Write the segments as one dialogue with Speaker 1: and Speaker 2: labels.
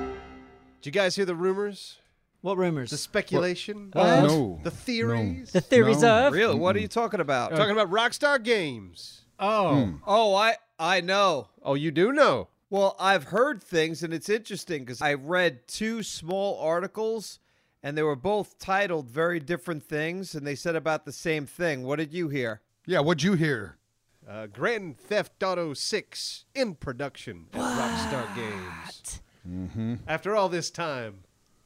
Speaker 1: Did you guys hear the rumors,
Speaker 2: What rumors?
Speaker 1: the speculation,
Speaker 2: What?
Speaker 3: No.
Speaker 1: the theories?
Speaker 2: the theories
Speaker 3: No.
Speaker 2: of
Speaker 4: Really? What are
Speaker 1: Mm-hmm.
Speaker 4: you talking about?
Speaker 1: Talking about Rockstar Games.
Speaker 5: Oh,
Speaker 4: oh, I I know.
Speaker 1: Oh, you do know.
Speaker 4: Well, I've heard things, and it's interesting because I read two small articles, and they were both titled very different things, and they said about the same thing. What did you hear?
Speaker 3: Yeah, what'd you hear?
Speaker 1: Uh, Grand Theft Auto 6 in production at Rockstar Games. After all this time,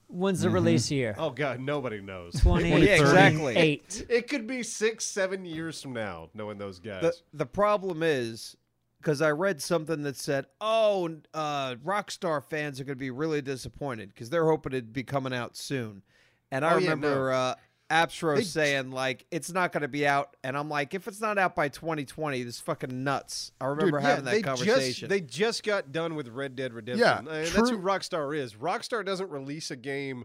Speaker 2: when's the release year?
Speaker 1: oh god, nobody knows.
Speaker 2: Twenty
Speaker 4: Yeah, exactly.
Speaker 2: eight.
Speaker 1: It could be six, seven years from now, knowing those guys.
Speaker 4: The the problem is because I read something that said, "Oh, uh, Rockstar fans are going to be really disappointed because they're hoping it'd be coming out soon." And I
Speaker 1: Oh, yeah,
Speaker 4: remember uh, Absro
Speaker 1: They-
Speaker 4: saying like, "It's not going to be out," and I'm like, "If it's not out by 2020, this is fucking nuts." I remember
Speaker 1: Dude, yeah,
Speaker 4: having
Speaker 1: they
Speaker 4: that
Speaker 1: Just,
Speaker 4: conversation.
Speaker 1: they just got done with Red Dead Redemption.
Speaker 3: Yeah,
Speaker 1: Uh, that's who
Speaker 3: true.
Speaker 1: Rockstar is. Rockstar doesn't release a game.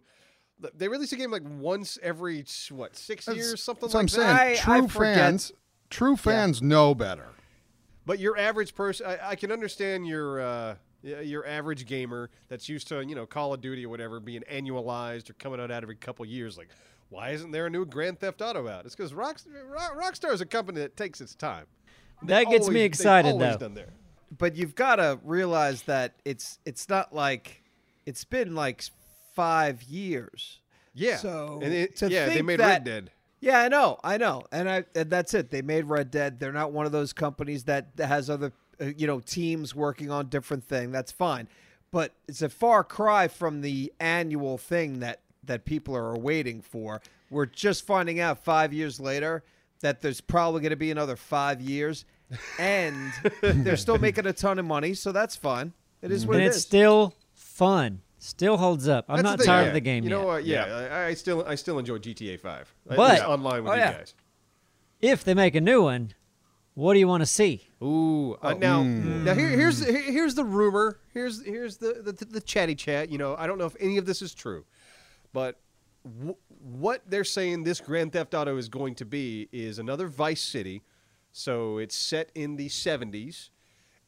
Speaker 1: They release a game like once every what six
Speaker 3: That's-
Speaker 1: years, something
Speaker 3: that's what
Speaker 1: like
Speaker 3: I'm
Speaker 1: that.
Speaker 3: saying.
Speaker 4: I- I
Speaker 3: true
Speaker 4: forget.
Speaker 3: fans, true fans know better.
Speaker 1: But your average person, I, I can understand your uh, y- your average gamer that's used to you know Call of Duty or whatever being annualized or coming out every couple years. Like, why isn't there a new Grand Theft Auto out? It's because Rockstar, Ro- Rockstar is a company that takes its time.
Speaker 2: That gets
Speaker 1: Always-
Speaker 2: me
Speaker 1: they've
Speaker 2: excited
Speaker 1: always
Speaker 2: though.
Speaker 1: done there.
Speaker 4: but you've got to realize that it's it's not like it's been like five years.
Speaker 1: Yeah.
Speaker 4: So,
Speaker 1: and it,
Speaker 4: to
Speaker 1: yeah, they
Speaker 4: think
Speaker 1: made
Speaker 4: that-
Speaker 1: Red Dead.
Speaker 4: Yeah, I know, I know, and I and that's it. They made Red Dead. They're not one of those companies that has other uh, you know teams working on different thing. That's fine, but it's a far cry from the annual thing that that people are waiting for. We're just finding out five years later that there's probably going to be another five years, and they're still making a ton of money, so that's fine. It is what
Speaker 2: Mm-hmm. And
Speaker 4: it
Speaker 2: it's
Speaker 4: is.
Speaker 2: still fun. Still holds up. I'm
Speaker 1: That's
Speaker 2: not
Speaker 1: the thing,
Speaker 2: tired
Speaker 1: yeah.
Speaker 2: of the game
Speaker 1: You
Speaker 2: yet.
Speaker 1: know what? Yeah, I, I still I still enjoy GTA Five. At
Speaker 2: But-
Speaker 1: least online with
Speaker 4: Oh,
Speaker 1: you
Speaker 4: yeah.
Speaker 1: guys.
Speaker 2: If they make a new one, what do you want to see?
Speaker 1: Ooh, uh, now now here, here's here- here's the rumor. Here's here's the, the the chatty chat. You know, I don't know if any of this is true, but w- what they're saying this Grand Theft Auto is going to be is another Vice City. So it's set in the '70s,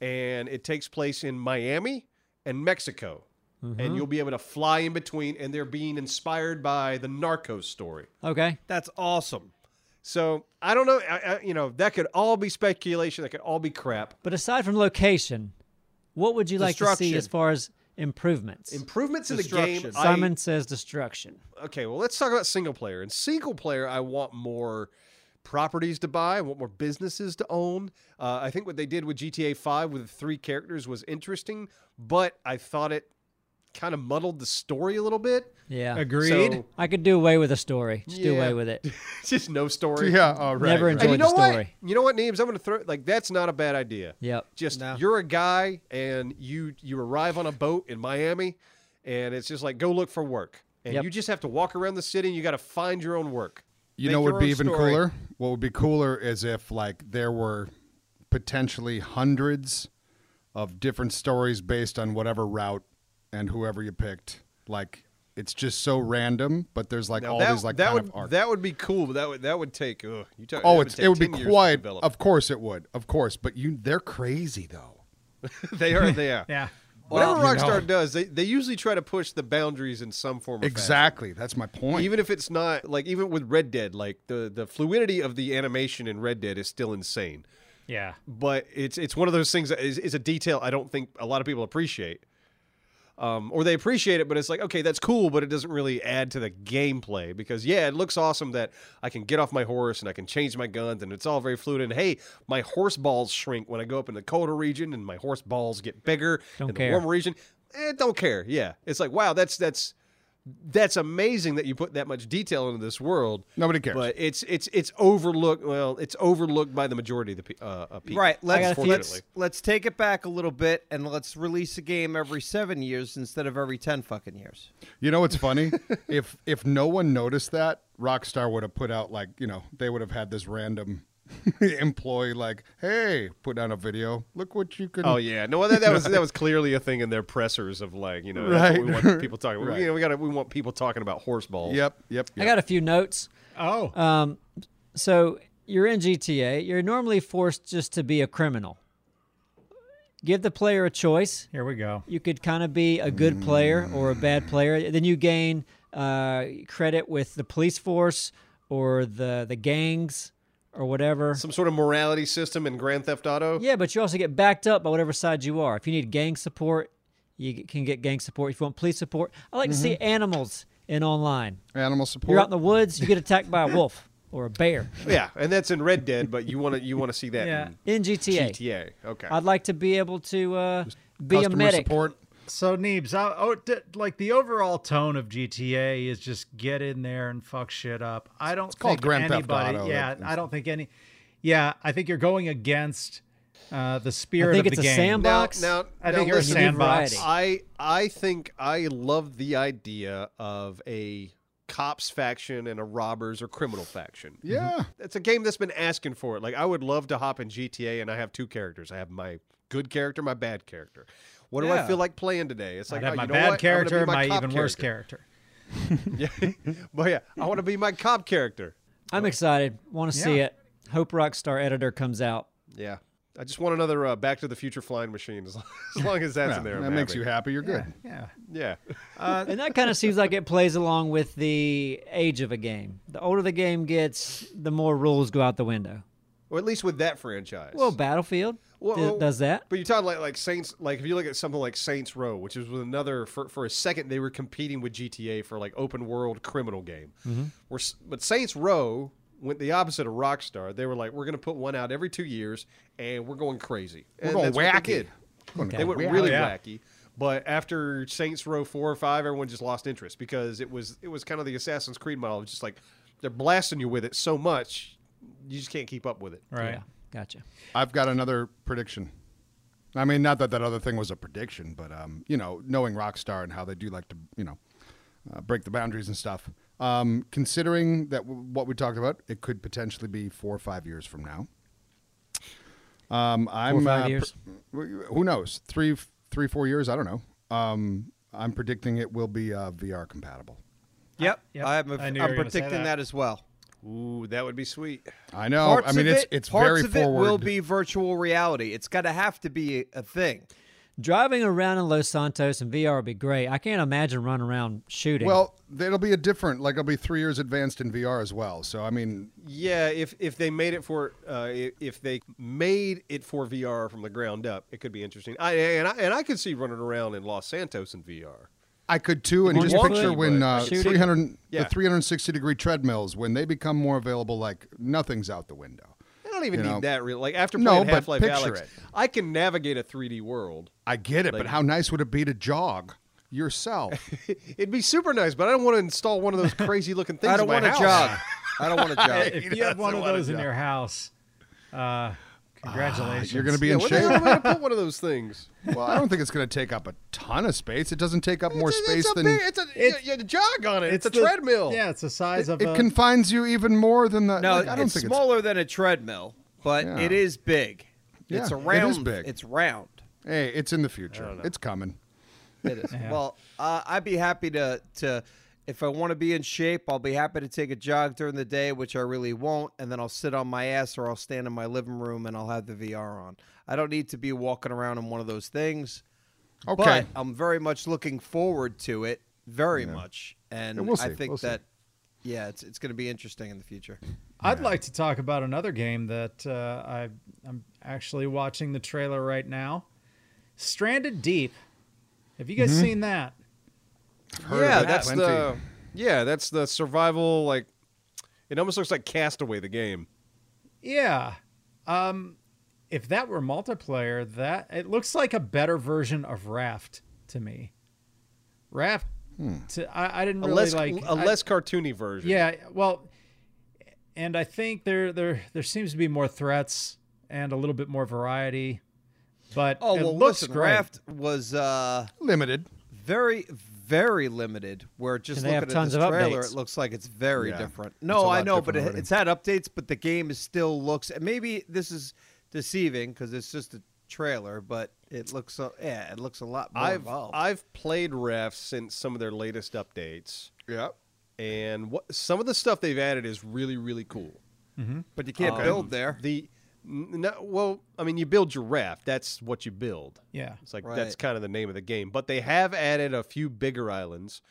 Speaker 1: and it takes place in Miami and Mexico,
Speaker 2: Mm-hmm.
Speaker 1: and you'll be able to fly in between. And they're being inspired by the Narcos story.
Speaker 2: Okay.
Speaker 4: That's awesome.
Speaker 1: So I don't know. I, I, you know, that could all be speculation. That could all be crap.
Speaker 2: But aside from location, what would you like to see as
Speaker 4: Destruction.
Speaker 2: far as improvements?
Speaker 1: Improvements in the game.
Speaker 4: Destruction.
Speaker 1: I-
Speaker 2: Simon says destruction.
Speaker 1: okay, well, let's talk about single player. In single player, I want more properties to buy. I want more businesses to own. Uh, I think what they did with GTA 5 with three characters was interesting, but I thought it kind of muddled the story a little bit.
Speaker 2: Yeah.
Speaker 5: agreed.
Speaker 1: So-
Speaker 2: I could do away with a story. Just do
Speaker 1: Yeah.
Speaker 2: away with it.
Speaker 1: Just no story.
Speaker 3: Yeah, all right.
Speaker 2: Never
Speaker 3: right.
Speaker 2: enjoyed
Speaker 1: And you
Speaker 2: the
Speaker 1: know what?
Speaker 2: story.
Speaker 1: You know what, Neebs? I'm going to throw like that's not a bad idea.
Speaker 2: Yep.
Speaker 1: Just
Speaker 4: No.
Speaker 1: you're a guy and you you arrive on a boat in Miami, and it's just like go look for work, and
Speaker 2: Yep.
Speaker 1: you just have to walk around the city and you got to find your own work.
Speaker 3: You
Speaker 4: Make
Speaker 3: know what
Speaker 4: your
Speaker 3: would be
Speaker 4: own
Speaker 3: even
Speaker 4: story.
Speaker 3: cooler? What would be cooler is if like there were potentially hundreds of different stories based on whatever route and whoever you picked. Like it's just so random, but there's like
Speaker 1: Now,
Speaker 3: all
Speaker 1: that,
Speaker 3: these like
Speaker 1: that
Speaker 3: kind
Speaker 1: would
Speaker 3: of arc.
Speaker 1: that would be cool. But that would that would take. Ugh, you talk, that
Speaker 3: oh, it's
Speaker 1: take
Speaker 3: it would be
Speaker 1: 10 years to
Speaker 3: quite.
Speaker 1: develop.
Speaker 3: Of course it would. Of course, but you they're crazy though.
Speaker 1: they are they are.
Speaker 5: yeah.
Speaker 1: Whatever
Speaker 3: Well, you know.
Speaker 1: Rockstar does, they, they usually try to push the boundaries in some form. Or fashion.
Speaker 3: Exactly. That's my point.
Speaker 1: Even if it's not like even with Red Dead, like the the fluidity of the animation in Red Dead is still insane.
Speaker 5: Yeah.
Speaker 1: but it's it's one of those things that is, is a detail I don't think a lot of people appreciate. Um, or they appreciate it, but it's like, okay, that's cool, but it doesn't really add to the gameplay because, yeah, it looks awesome that I can get off my horse and I can change my guns and it's all very fluid. And hey, my horse balls shrink when I go up in the colder region and my horse balls get bigger
Speaker 2: Don't
Speaker 1: in
Speaker 2: care.
Speaker 1: the warmer region. Eh, don't care. Yeah. It's like, wow, that's that's that's amazing that you put that much detail into this world.
Speaker 3: Nobody cares.
Speaker 1: But it's it's it's overlooked. Well, it's overlooked by the majority of the pe- uh, uh, people.
Speaker 4: Right. Let's,
Speaker 1: unfortunately.
Speaker 4: let's let's take it back a little bit and let's release a game every seven years instead of every ten fucking years.
Speaker 3: You know what's funny? if if no one noticed that, Rockstar would have put out like you know they would have had this random employee like, hey, put out a video. Look what you can.
Speaker 1: Oh yeah, no that, that was that was clearly a thing in their pressers of like you know that's what we
Speaker 3: Right.
Speaker 1: want people talking we,
Speaker 3: Right.
Speaker 1: you know, we got we want people talking about horse balls.
Speaker 3: Yep. Yep.
Speaker 2: I got a few notes.
Speaker 5: Oh,
Speaker 2: Um, so you're in GTA. You're normally forced just to be a criminal. give the player a choice.
Speaker 5: Here we go.
Speaker 2: You could kind of be a good player or a bad player. Then you gain uh, credit with the police force or the the gangs or whatever.
Speaker 1: Some sort of morality system in Grand Theft Auto.
Speaker 2: Yeah, but you also get backed up by whatever side you are. If you need gang support, you g- can get gang support. If you want police support, I like to
Speaker 5: Mm-hmm.
Speaker 2: see animals in online.
Speaker 3: Animal support.
Speaker 2: You're out in the woods, you get attacked by a wolf or a bear
Speaker 1: Yeah, and that's in Red Dead, but you want to you want to see that
Speaker 5: Yeah.
Speaker 1: in
Speaker 2: in GTA.
Speaker 1: GTA. Okay.
Speaker 2: I'd like to be able to uh, be a
Speaker 3: Customer
Speaker 2: medic.
Speaker 3: support.
Speaker 5: So Neebs, I, oh, d- like the overall tone of GTA is just get in there and fuck shit up. I don't think
Speaker 3: called Grand Theft
Speaker 5: anybody.
Speaker 3: Auto.
Speaker 5: yeah,
Speaker 3: That-
Speaker 5: I don't think any. Yeah, I think you're going against uh, the
Speaker 2: I
Speaker 5: spirit
Speaker 2: think
Speaker 5: of
Speaker 2: it's
Speaker 5: the
Speaker 2: a
Speaker 5: game.
Speaker 2: sandbox.
Speaker 1: Now, now,
Speaker 5: I
Speaker 1: now
Speaker 5: think you're a
Speaker 1: listen,
Speaker 5: sandbox.
Speaker 2: variety.
Speaker 1: I I think I love the idea of a cops faction and a robbers or criminal faction.
Speaker 3: Yeah.
Speaker 1: It's a game that's been asking for it. Like I would love to hop in GTA and I have two characters. I have my good character, my bad character. What do I
Speaker 4: Yeah.
Speaker 1: feel like playing today? It's
Speaker 5: I
Speaker 1: like
Speaker 5: have
Speaker 1: oh,
Speaker 5: my
Speaker 1: you know
Speaker 5: bad
Speaker 1: what? I'm gonna be
Speaker 5: character, my, even
Speaker 1: cop
Speaker 5: worse character.
Speaker 1: Yeah. but yeah, I want to be my cop character.
Speaker 2: I'm excited. Want to see
Speaker 5: Yeah.
Speaker 2: it. Hope Rockstar Editor comes out.
Speaker 1: Yeah. I just want another uh, Back to the Future flying machine. As long as, long as that's in there,
Speaker 3: that
Speaker 1: I'm
Speaker 3: makes
Speaker 1: happy.
Speaker 3: you happy. You're good.
Speaker 5: Yeah,
Speaker 1: Yeah. Uh,
Speaker 2: and that kind of seems like it plays along with the age of a game. The older the game gets, the more rules go out the window.
Speaker 1: Or at least with that franchise.
Speaker 2: Well, Battlefield
Speaker 1: Well, oh.
Speaker 2: d-
Speaker 1: well,
Speaker 2: does that.
Speaker 1: But you're talking like like Saints. Like if you look at something like Saints Row, which is with another for for a second they were competing with GTA for like open world criminal game.
Speaker 2: Mm-hmm.
Speaker 1: Where s but Saints Row went the opposite of Rockstar. They were like, we're going to put one out every two years, and we're going crazy.
Speaker 3: We're
Speaker 1: And
Speaker 3: going
Speaker 1: that's what they
Speaker 3: wacky.
Speaker 1: did.
Speaker 3: We're going
Speaker 1: They went
Speaker 3: wacky.
Speaker 1: really
Speaker 5: Yeah.
Speaker 1: wacky. But after Saints Row four or five, everyone just lost interest because it was it was kind of the Assassin's Creed model. It's just like they're blasting you with it so much, you just can't keep up with it.
Speaker 5: right.
Speaker 2: Yeah, gotcha.
Speaker 3: I've got another prediction. I mean, not that that other thing was a prediction, but um, you know, knowing Rockstar and how they do like to, you know, uh, break the boundaries and stuff. Um, considering that w- what we talked about, it could potentially be four or five years from now. Um, I'm
Speaker 2: five
Speaker 3: uh, pr-
Speaker 2: years?
Speaker 3: w- who knows? Three, f- three, four years. I don't know. Um, I'm predicting it will be uh, VR compatible.
Speaker 4: Yep.
Speaker 5: Yep.
Speaker 4: I'm, a,
Speaker 5: I knew you
Speaker 4: I'm
Speaker 5: were gonna say
Speaker 4: predicting
Speaker 5: that.
Speaker 4: that. as well.
Speaker 1: Ooh, that would be sweet.
Speaker 3: I know. Oh, I mean,
Speaker 4: of
Speaker 3: it's
Speaker 4: it,
Speaker 3: it's
Speaker 4: parts
Speaker 3: very
Speaker 4: of
Speaker 3: forward.
Speaker 4: it will be virtual reality. It's got to have to be a thing.
Speaker 2: Driving around in Los Santos in VR would be great. I can't imagine running around shooting.
Speaker 3: Well, it'll be a different. Like it'll be three years advanced in VR as well. So I mean,
Speaker 1: Yeah, if if they made it for uh, i- if they made it for VR from the ground up, it could be interesting. I and I, and I could see running around in Los Santos in VR.
Speaker 3: I could too, and
Speaker 2: It'd
Speaker 3: just
Speaker 2: be wonky,
Speaker 3: picture when
Speaker 1: but
Speaker 3: uh,
Speaker 2: shooting-
Speaker 3: 300,
Speaker 1: Yeah.
Speaker 3: the 360 degree treadmills when they become more available, like nothing's out the window.
Speaker 1: I don't even
Speaker 3: You
Speaker 1: need
Speaker 3: know.
Speaker 1: that real. Like after
Speaker 3: No,
Speaker 1: playing
Speaker 3: but
Speaker 1: Half Life
Speaker 3: picture
Speaker 1: Alex,
Speaker 3: it.
Speaker 1: I can navigate a 3D world.
Speaker 3: I get it,
Speaker 1: Like-
Speaker 3: but how nice would it be to jog yourself?
Speaker 1: It'd be super nice, but I don't want to install one of those crazy looking things.
Speaker 4: I don't
Speaker 1: want to
Speaker 4: want a job. I don't want a job.
Speaker 5: If you had one of
Speaker 3: wanna
Speaker 5: those in
Speaker 3: go.
Speaker 5: your house, uh, congratulations.
Speaker 3: You're going to be
Speaker 1: Yeah,
Speaker 3: in
Speaker 1: where the hell
Speaker 3: shape.
Speaker 1: am I gonna put one of those things?
Speaker 3: Well, I don't think it's going to take up a ton of space. It doesn't take up more
Speaker 1: It's a-
Speaker 3: space
Speaker 1: it's a
Speaker 3: than
Speaker 1: big- it's a
Speaker 5: It's-
Speaker 1: you- you jog on it. It's, a
Speaker 5: the-
Speaker 1: treadmill.
Speaker 5: Yeah, it's the size of
Speaker 3: it
Speaker 5: a,
Speaker 3: confines you even more than the.
Speaker 4: No,
Speaker 3: like, I don't
Speaker 4: it's
Speaker 3: think
Speaker 4: smaller than a treadmill, but
Speaker 3: Yeah.
Speaker 4: it is big.
Speaker 3: Yeah,
Speaker 4: it's
Speaker 3: it
Speaker 4: a
Speaker 3: is
Speaker 4: round.
Speaker 3: big.
Speaker 4: It's round.
Speaker 3: it's. Hey, it's in the future. It's coming.
Speaker 4: It is. Well, uh, I'd be happy to to if I want to be in shape, I'll be happy to take a jog during the day, which I really won't, and then I'll sit on my ass or I'll stand in my living room and I'll have the VR on. I don't need to be walking around in one of those things.
Speaker 3: Okay.
Speaker 4: But I'm very much looking forward to it, very much. And
Speaker 3: Yeah, we'll
Speaker 4: I
Speaker 3: see,
Speaker 4: think
Speaker 3: we'll see.
Speaker 4: that yeah, it's it's going to be interesting in the future.
Speaker 5: I'd like to talk about another game that uh, I, I'm actually watching the trailer right now. Stranded Deep. Have you guys
Speaker 1: Mm-hmm.
Speaker 5: seen that?
Speaker 3: Heard of
Speaker 1: yeah,
Speaker 3: it
Speaker 1: that's
Speaker 3: plenty.
Speaker 1: the yeah, that's the survival. Like, it almost looks like Castaway, the game.
Speaker 5: Yeah. Um, if that were multiplayer, that it looks like a better version of Raft to me. Raft. To, I, I didn't
Speaker 1: Hmm. A
Speaker 5: really
Speaker 1: less
Speaker 5: like
Speaker 1: a
Speaker 5: I-
Speaker 1: less cartoony version.
Speaker 5: Yeah, well, and I think there there there seems to be more threats and a little bit more variety. But
Speaker 4: Oh
Speaker 5: it
Speaker 4: well,
Speaker 5: looks
Speaker 4: listen,
Speaker 5: great.
Speaker 4: Raft was uh,
Speaker 3: limited.
Speaker 4: very very limited where just
Speaker 2: And they have
Speaker 4: looking at
Speaker 2: tons
Speaker 4: this
Speaker 2: of
Speaker 4: trailer
Speaker 2: updates.
Speaker 4: it looks like it's very
Speaker 3: Yeah.
Speaker 4: different
Speaker 3: It's a
Speaker 4: no i
Speaker 3: lot
Speaker 4: know
Speaker 3: different
Speaker 4: but it,
Speaker 3: already.
Speaker 4: it's had updates but the game is still looks and maybe this is deceiving because it's just a trailer but it looks so yeah it looks a lot more
Speaker 1: I've
Speaker 4: involved
Speaker 1: I've played Ref since some of their latest updates,
Speaker 3: Yeah.
Speaker 1: and what some of the stuff they've added is really really cool.
Speaker 4: but you can't build there
Speaker 1: The N- No, well, I mean, you build your raft. That's what you build.
Speaker 5: Yeah.
Speaker 1: It's like
Speaker 4: Right.
Speaker 1: that's kind of the name of the game. But they have added a few bigger islands.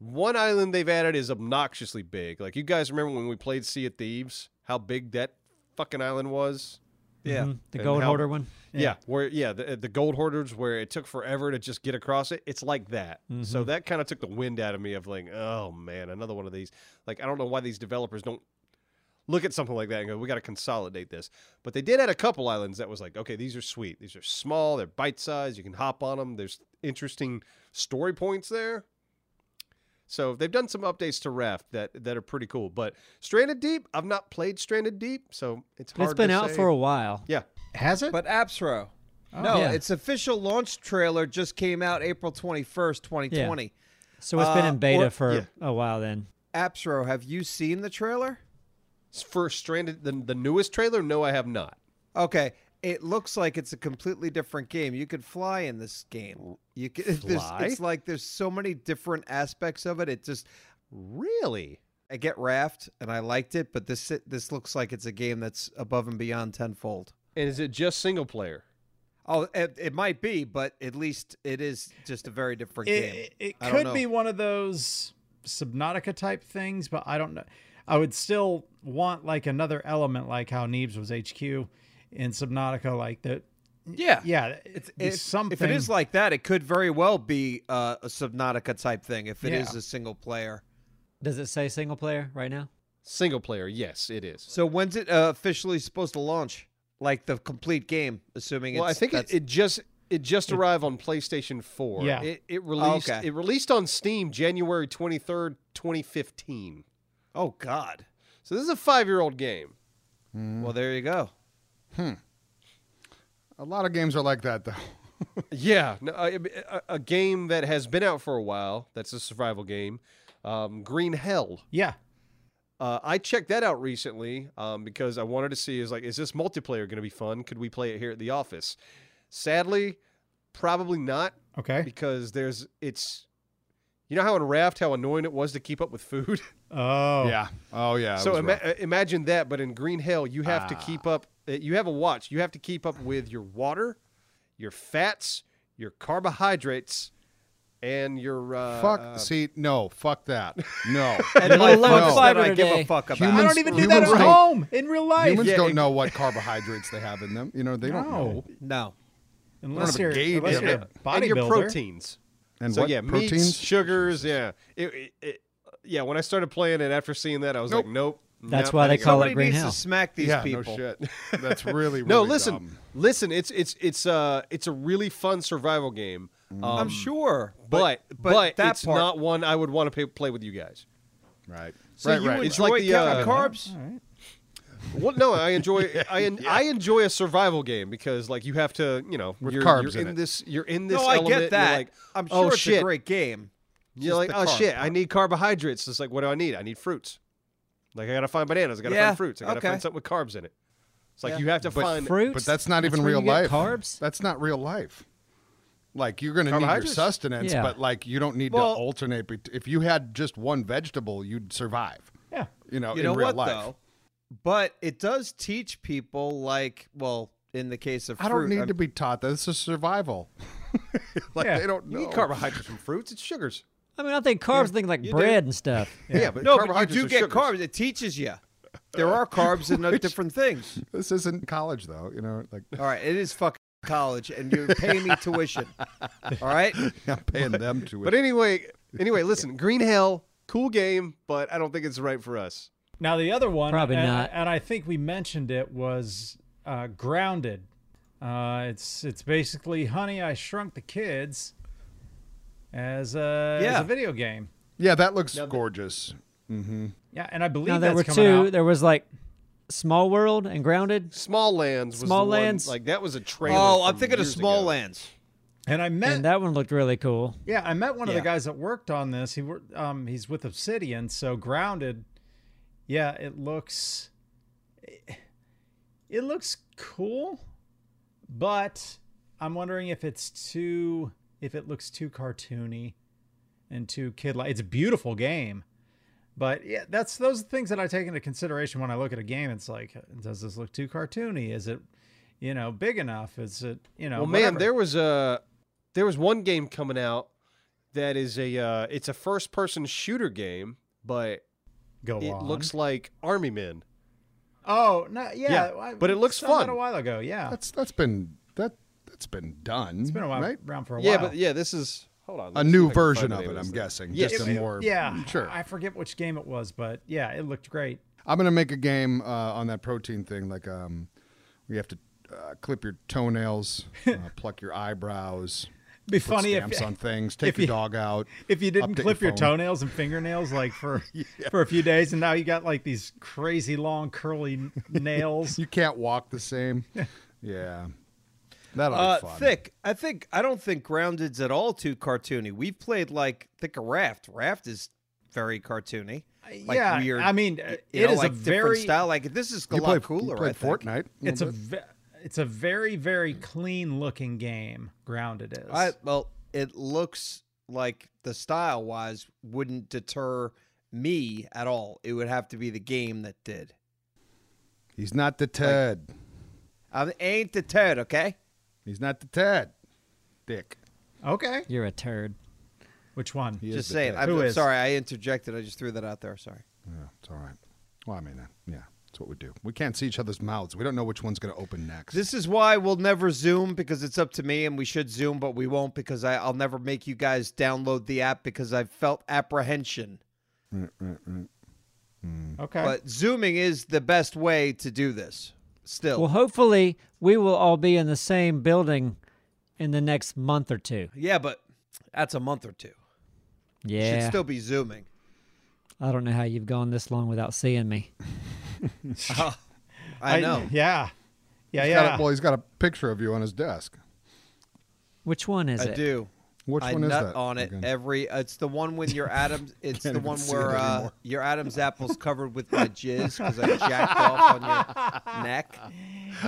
Speaker 1: One island they've added is obnoxiously big. Like you guys remember when we played Sea of Thieves, how big that fucking island was?
Speaker 4: Yeah.
Speaker 2: Mhm. the
Speaker 1: And
Speaker 2: gold
Speaker 1: how-
Speaker 2: hoarder one.
Speaker 1: Yeah, where yeah, the, the gold hoarders where it took forever to just get across it. It's like that.
Speaker 2: Mm-hmm.
Speaker 1: So that kind of took the wind out of me of like, oh man, another one of these. Like I don't know why these developers don't look at something like that and go, we got to consolidate this. But they did add a couple islands that was like, okay, these are sweet. These are small. They're bite sized. You can hop on them. There's interesting story points there. So they've done some updates to Raft that that are pretty cool. But Stranded Deep, I've not played Stranded Deep, so it's
Speaker 2: But
Speaker 1: hard.
Speaker 2: it's been
Speaker 1: to
Speaker 2: out
Speaker 1: say.
Speaker 2: for a while.
Speaker 1: yeah.
Speaker 5: Has it?
Speaker 4: But Absro. no,
Speaker 2: Oh. Yeah.
Speaker 4: its official launch trailer just came out April 21st, 2020.
Speaker 2: So it's been
Speaker 4: Uh,
Speaker 2: in beta
Speaker 4: or-
Speaker 2: for
Speaker 1: yeah.
Speaker 2: a while then.
Speaker 4: Absro, have you seen the trailer?
Speaker 1: for Stranded, the, the newest trailer? No, I have not.
Speaker 4: Okay. It looks like it's a completely different game. You could fly in this game. You could, there's-
Speaker 1: Fly?
Speaker 4: It's like there's so many different aspects of it. It just
Speaker 1: Really?
Speaker 4: I get Raft and I liked it, but this this looks like it's a game that's above and beyond tenfold.
Speaker 1: And is it just single player?
Speaker 4: Oh, it, it might be, but at least it is just a very different
Speaker 5: it,
Speaker 4: game.
Speaker 5: it- it
Speaker 4: I don't
Speaker 5: could
Speaker 4: know.
Speaker 5: be one of those Subnautica type things, but I don't know. I would still want like another element, like how Neebs was HQ in Subnautica, like that.
Speaker 4: Yeah,
Speaker 5: Yeah, it's,
Speaker 4: If,
Speaker 5: something.
Speaker 4: if it is like that, it could very well be uh, a Subnautica type thing. If it is
Speaker 5: Yeah.
Speaker 4: a single player,
Speaker 2: Does it say single player right now?
Speaker 1: Single player, yes, it is.
Speaker 4: so when's it uh, officially supposed to launch? Like the complete game, assuming
Speaker 1: Well, I
Speaker 4: it's
Speaker 1: think it,
Speaker 4: that's-
Speaker 1: it just it just arrived on PlayStation Four.
Speaker 5: Yeah.
Speaker 1: it, it released
Speaker 4: Oh, okay.
Speaker 1: it released on Steam January twenty third, twenty fifteen.
Speaker 4: Oh God!
Speaker 1: So this is a five year old game. Mm.
Speaker 4: Well, there you go.
Speaker 3: A lot of games are like that, though.
Speaker 1: Yeah, no, I- a, a game that has been out for a while. That's a survival game. Um, Green Hell.
Speaker 5: yeah,
Speaker 1: Uh, I checked that out recently um, because I wanted to see is like, is this multiplayer going to be fun? Could we play it here at the office? Sadly, probably not
Speaker 5: okay.
Speaker 1: because there's it's. You know how in Raft how annoying it was to keep up with food.
Speaker 5: Oh,
Speaker 3: Yeah. Oh yeah. it
Speaker 1: so
Speaker 3: was Ah.
Speaker 1: ima-
Speaker 3: rough.
Speaker 1: uh, imagine that, but in Green Hell you have to keep up. uh, You have a watch. You have to keep up with your water, your fats, your carbohydrates, and your uh,
Speaker 3: fuck.
Speaker 1: uh,
Speaker 3: see, no. Fuck that. No.
Speaker 4: And my
Speaker 2: Little
Speaker 4: folks
Speaker 3: no.
Speaker 4: that I
Speaker 2: fiber
Speaker 4: give
Speaker 2: today.
Speaker 4: a fuck about.
Speaker 5: I
Speaker 3: Humans-
Speaker 5: don't even do that at
Speaker 3: humans don't-
Speaker 5: home in real life.
Speaker 3: Humans
Speaker 1: Yeah,
Speaker 3: don't
Speaker 1: it-
Speaker 3: know what carbohydrates they have in them. You know, they don't
Speaker 5: No.
Speaker 3: know.
Speaker 4: No.
Speaker 3: have
Speaker 5: unless
Speaker 3: a
Speaker 5: you're,
Speaker 3: gauge
Speaker 5: unless
Speaker 3: of
Speaker 5: you're
Speaker 3: it.
Speaker 5: a bodybuilder.
Speaker 1: and your proteins.
Speaker 3: And
Speaker 1: so
Speaker 3: what
Speaker 1: yeah,
Speaker 3: proteins?
Speaker 1: meats, sugars, yeah. It, it, it, yeah, when I started playing it after seeing that, I was like, nope.
Speaker 2: That's
Speaker 1: nope,
Speaker 2: why
Speaker 1: I
Speaker 2: they
Speaker 1: think
Speaker 2: call
Speaker 1: I'm-
Speaker 2: it
Speaker 4: Somebody
Speaker 2: Green
Speaker 4: needs
Speaker 2: Hell.
Speaker 4: to smack these
Speaker 3: yeah.
Speaker 4: people.
Speaker 3: No shit. That's really, really
Speaker 1: No, listen,
Speaker 3: dumb.
Speaker 1: listen. It's it's it's uh it's a really fun survival game.
Speaker 3: Mm.
Speaker 1: Um,
Speaker 4: I'm sure,
Speaker 1: but but,
Speaker 4: that
Speaker 1: it's
Speaker 4: part.
Speaker 1: not one I would want to pay, play with you guys.
Speaker 3: Right.
Speaker 4: So
Speaker 3: right.
Speaker 4: you
Speaker 3: right.
Speaker 1: It's
Speaker 4: enjoy
Speaker 1: like the,
Speaker 4: counting
Speaker 1: uh,
Speaker 4: carbs?
Speaker 1: Well, no, I enjoy I en- I enjoy a survival game because like you have to you know
Speaker 3: With
Speaker 1: you're,
Speaker 3: carbs
Speaker 1: you're in,
Speaker 3: in it.
Speaker 1: this you're in this
Speaker 4: No, I
Speaker 1: element.
Speaker 4: get
Speaker 1: and you're
Speaker 4: that.
Speaker 1: like,
Speaker 4: I'm
Speaker 1: oh
Speaker 4: sure it's
Speaker 1: shit,
Speaker 4: a great game.
Speaker 1: You're
Speaker 4: Just
Speaker 1: like,
Speaker 4: the
Speaker 1: oh
Speaker 4: carb
Speaker 1: shit, I
Speaker 4: part.
Speaker 1: need carbohydrates. It's like, what do I need? I need fruits. Like I gotta find bananas. I gotta
Speaker 4: Yeah,
Speaker 1: find fruits. I gotta
Speaker 4: okay.
Speaker 1: find something with carbs in it. It's like
Speaker 4: Yeah.
Speaker 1: you have to find
Speaker 2: Fruits.
Speaker 3: But that's not even
Speaker 2: where
Speaker 3: real
Speaker 2: you get
Speaker 3: life.
Speaker 2: Carbs.
Speaker 3: That's not real life. Like you're going to need your
Speaker 1: Carbohydrates?
Speaker 3: sustenance,
Speaker 2: Yeah.
Speaker 3: but like you don't need
Speaker 4: Well-
Speaker 3: to alternate. bet- If you had just one vegetable, you'd survive.
Speaker 5: Yeah.
Speaker 3: You know,
Speaker 4: You
Speaker 3: in
Speaker 4: know
Speaker 3: real
Speaker 4: what
Speaker 3: life.
Speaker 4: though? But it does teach people, like, well, in the case of
Speaker 3: I don't
Speaker 4: fruit,
Speaker 3: need
Speaker 4: I'm-
Speaker 3: to be taught that. This is survival. like
Speaker 5: Yeah.
Speaker 3: they don't
Speaker 1: you
Speaker 3: know.
Speaker 1: need carbohydrates from fruits. It's sugars.
Speaker 2: I mean, I think carbs think like bread and stuff.
Speaker 1: Yeah, but
Speaker 4: No, but you
Speaker 1: carbohydrates
Speaker 4: do
Speaker 1: are
Speaker 4: get
Speaker 1: sugars.
Speaker 4: carbs. It teaches you. There are carbs in the different things.
Speaker 3: This isn't college though. You know, like
Speaker 4: All right, it is fucking college, and you're paying me tuition. All right,
Speaker 3: I'm paying them to it.
Speaker 1: But anyway, anyway, listen, Green Hell, cool game, but I don't think it's right for us.
Speaker 5: Now the other one,
Speaker 2: Probably
Speaker 5: and,
Speaker 2: not.
Speaker 5: and I think we mentioned it was uh, grounded. Uh, it's it's basically Honey, I Shrunk the Kids as a, as
Speaker 4: Yeah.
Speaker 5: a video game.
Speaker 3: yeah, that looks gorgeous.
Speaker 5: Yeah, and I believe
Speaker 2: Now there
Speaker 5: that's
Speaker 2: were
Speaker 5: coming
Speaker 2: two.
Speaker 5: out.
Speaker 2: There was like Small World and Grounded.
Speaker 1: Small Lands. Was
Speaker 2: Small
Speaker 1: the
Speaker 2: Lands?
Speaker 1: One, like that was a trailer.
Speaker 4: Oh, I'm
Speaker 1: from
Speaker 4: thinking of
Speaker 1: years
Speaker 4: Small
Speaker 1: ago.
Speaker 4: Lands.
Speaker 5: And I met
Speaker 2: And that one looked really cool.
Speaker 5: yeah, I met one of
Speaker 4: Yeah.
Speaker 5: the guys that worked on this. He worked um he's with Obsidian, so grounded. Yeah, it looks it looks cool, but I'm wondering if it's too if it looks too cartoony and too kid like. It's a beautiful game, But yeah, that's those are things that I take into consideration when I look at a game. It's like, does this look too cartoony? Is it, you know, big enough? Is it, you know,
Speaker 1: Well, man,
Speaker 5: whatever.
Speaker 1: there was a there was one game coming out that is a uh, it's a first person shooter game, but
Speaker 5: go
Speaker 1: it
Speaker 5: on.
Speaker 1: looks like Army Men.
Speaker 5: Oh no, yeah,
Speaker 1: Yeah,
Speaker 5: I
Speaker 1: but it looks
Speaker 5: saw that
Speaker 1: fun.
Speaker 5: A while ago, yeah,
Speaker 3: That's that's been that that's been done.
Speaker 5: it's been a while,
Speaker 3: right?
Speaker 5: around for a while.
Speaker 1: Yeah, but yeah, this is hold on
Speaker 3: A
Speaker 1: let's see if I
Speaker 3: new
Speaker 1: can find
Speaker 3: version
Speaker 1: the
Speaker 3: of
Speaker 1: name
Speaker 3: it, I'm
Speaker 1: this thing.
Speaker 3: guessing.
Speaker 1: Yeah,
Speaker 3: just a
Speaker 1: it-
Speaker 3: more
Speaker 5: yeah,
Speaker 4: Mm,
Speaker 3: sure.
Speaker 5: I forget which game it was, but yeah, it looked great.
Speaker 3: I'm gonna make a game uh, on that protein thing, like um, where you have to uh, clip your toenails, uh, pluck your eyebrows,
Speaker 5: Be
Speaker 3: put
Speaker 5: funny if
Speaker 3: stamps on things, take
Speaker 5: if
Speaker 3: your
Speaker 5: you-
Speaker 3: dog out.
Speaker 5: if you didn't
Speaker 3: update your
Speaker 5: clip your,
Speaker 3: phone.
Speaker 5: toenails and fingernails like for for a few days, and now you got like these crazy long curly nails.
Speaker 3: You can't walk the same. yeah, that'll
Speaker 4: Uh,
Speaker 3: be fun.
Speaker 4: thick. I think I don't think Grounded's at all too cartoony. We've played like think of Raft. Raft is very cartoony. Like
Speaker 5: yeah,
Speaker 4: weird,
Speaker 5: I mean,
Speaker 4: y-
Speaker 5: it
Speaker 4: you know,
Speaker 5: is
Speaker 4: like
Speaker 5: a
Speaker 4: different
Speaker 5: very
Speaker 4: style. Like this is a
Speaker 3: You
Speaker 4: lot
Speaker 3: played,
Speaker 4: cooler.
Speaker 3: You played
Speaker 4: I think.
Speaker 3: Fortnite.
Speaker 5: It's a
Speaker 3: little bit?
Speaker 5: ve- it's a very very clean looking game. Grounded is.
Speaker 4: I, well, it looks like the style wise wouldn't deter me at all. It would have to be the game that did.
Speaker 3: He's not the Ted.
Speaker 4: I ain't deterred. Okay.
Speaker 3: He's not the Ted. Dick.
Speaker 5: okay,
Speaker 2: You're a turd.
Speaker 5: which one?
Speaker 3: He is
Speaker 4: Just
Speaker 3: the
Speaker 4: saying.
Speaker 3: Ted.
Speaker 4: I'm,
Speaker 5: Who
Speaker 4: I'm
Speaker 5: is?
Speaker 4: sorry. I interjected. I just threw that out there. Sorry.
Speaker 3: Yeah, it's all right. Well, I mean, uh, yeah, that's what we do. We can't see each other's mouths. We don't know which one's going to open next.
Speaker 4: This is why we'll never Zoom because it's up to me, and we should Zoom, but we won't because I, I'll never make you guys download the app because I felt apprehension.
Speaker 5: Okay,
Speaker 4: But Zooming is the best way to do this. Still,
Speaker 2: Well, hopefully we will all be in the same building in the next month or two.
Speaker 4: yeah, but that's a month or two.
Speaker 2: Yeah.
Speaker 4: Should still be Zooming.
Speaker 2: I don't know how you've gone this long without seeing me.
Speaker 4: I know.
Speaker 5: Yeah, yeah,
Speaker 3: He's
Speaker 5: yeah.
Speaker 3: got a- well, he's got a picture of you on his desk.
Speaker 2: Which one is
Speaker 4: I
Speaker 2: it?
Speaker 4: do.
Speaker 3: Which
Speaker 4: I
Speaker 3: one is
Speaker 4: nut
Speaker 3: that?
Speaker 4: on it
Speaker 3: again?
Speaker 4: every. It's the one when your Adams. It's the
Speaker 3: even
Speaker 4: one
Speaker 3: see
Speaker 4: where
Speaker 3: it
Speaker 4: uh,
Speaker 3: anymore.
Speaker 4: your Adam's apple's covered with my jizz because I jacked off on your neck.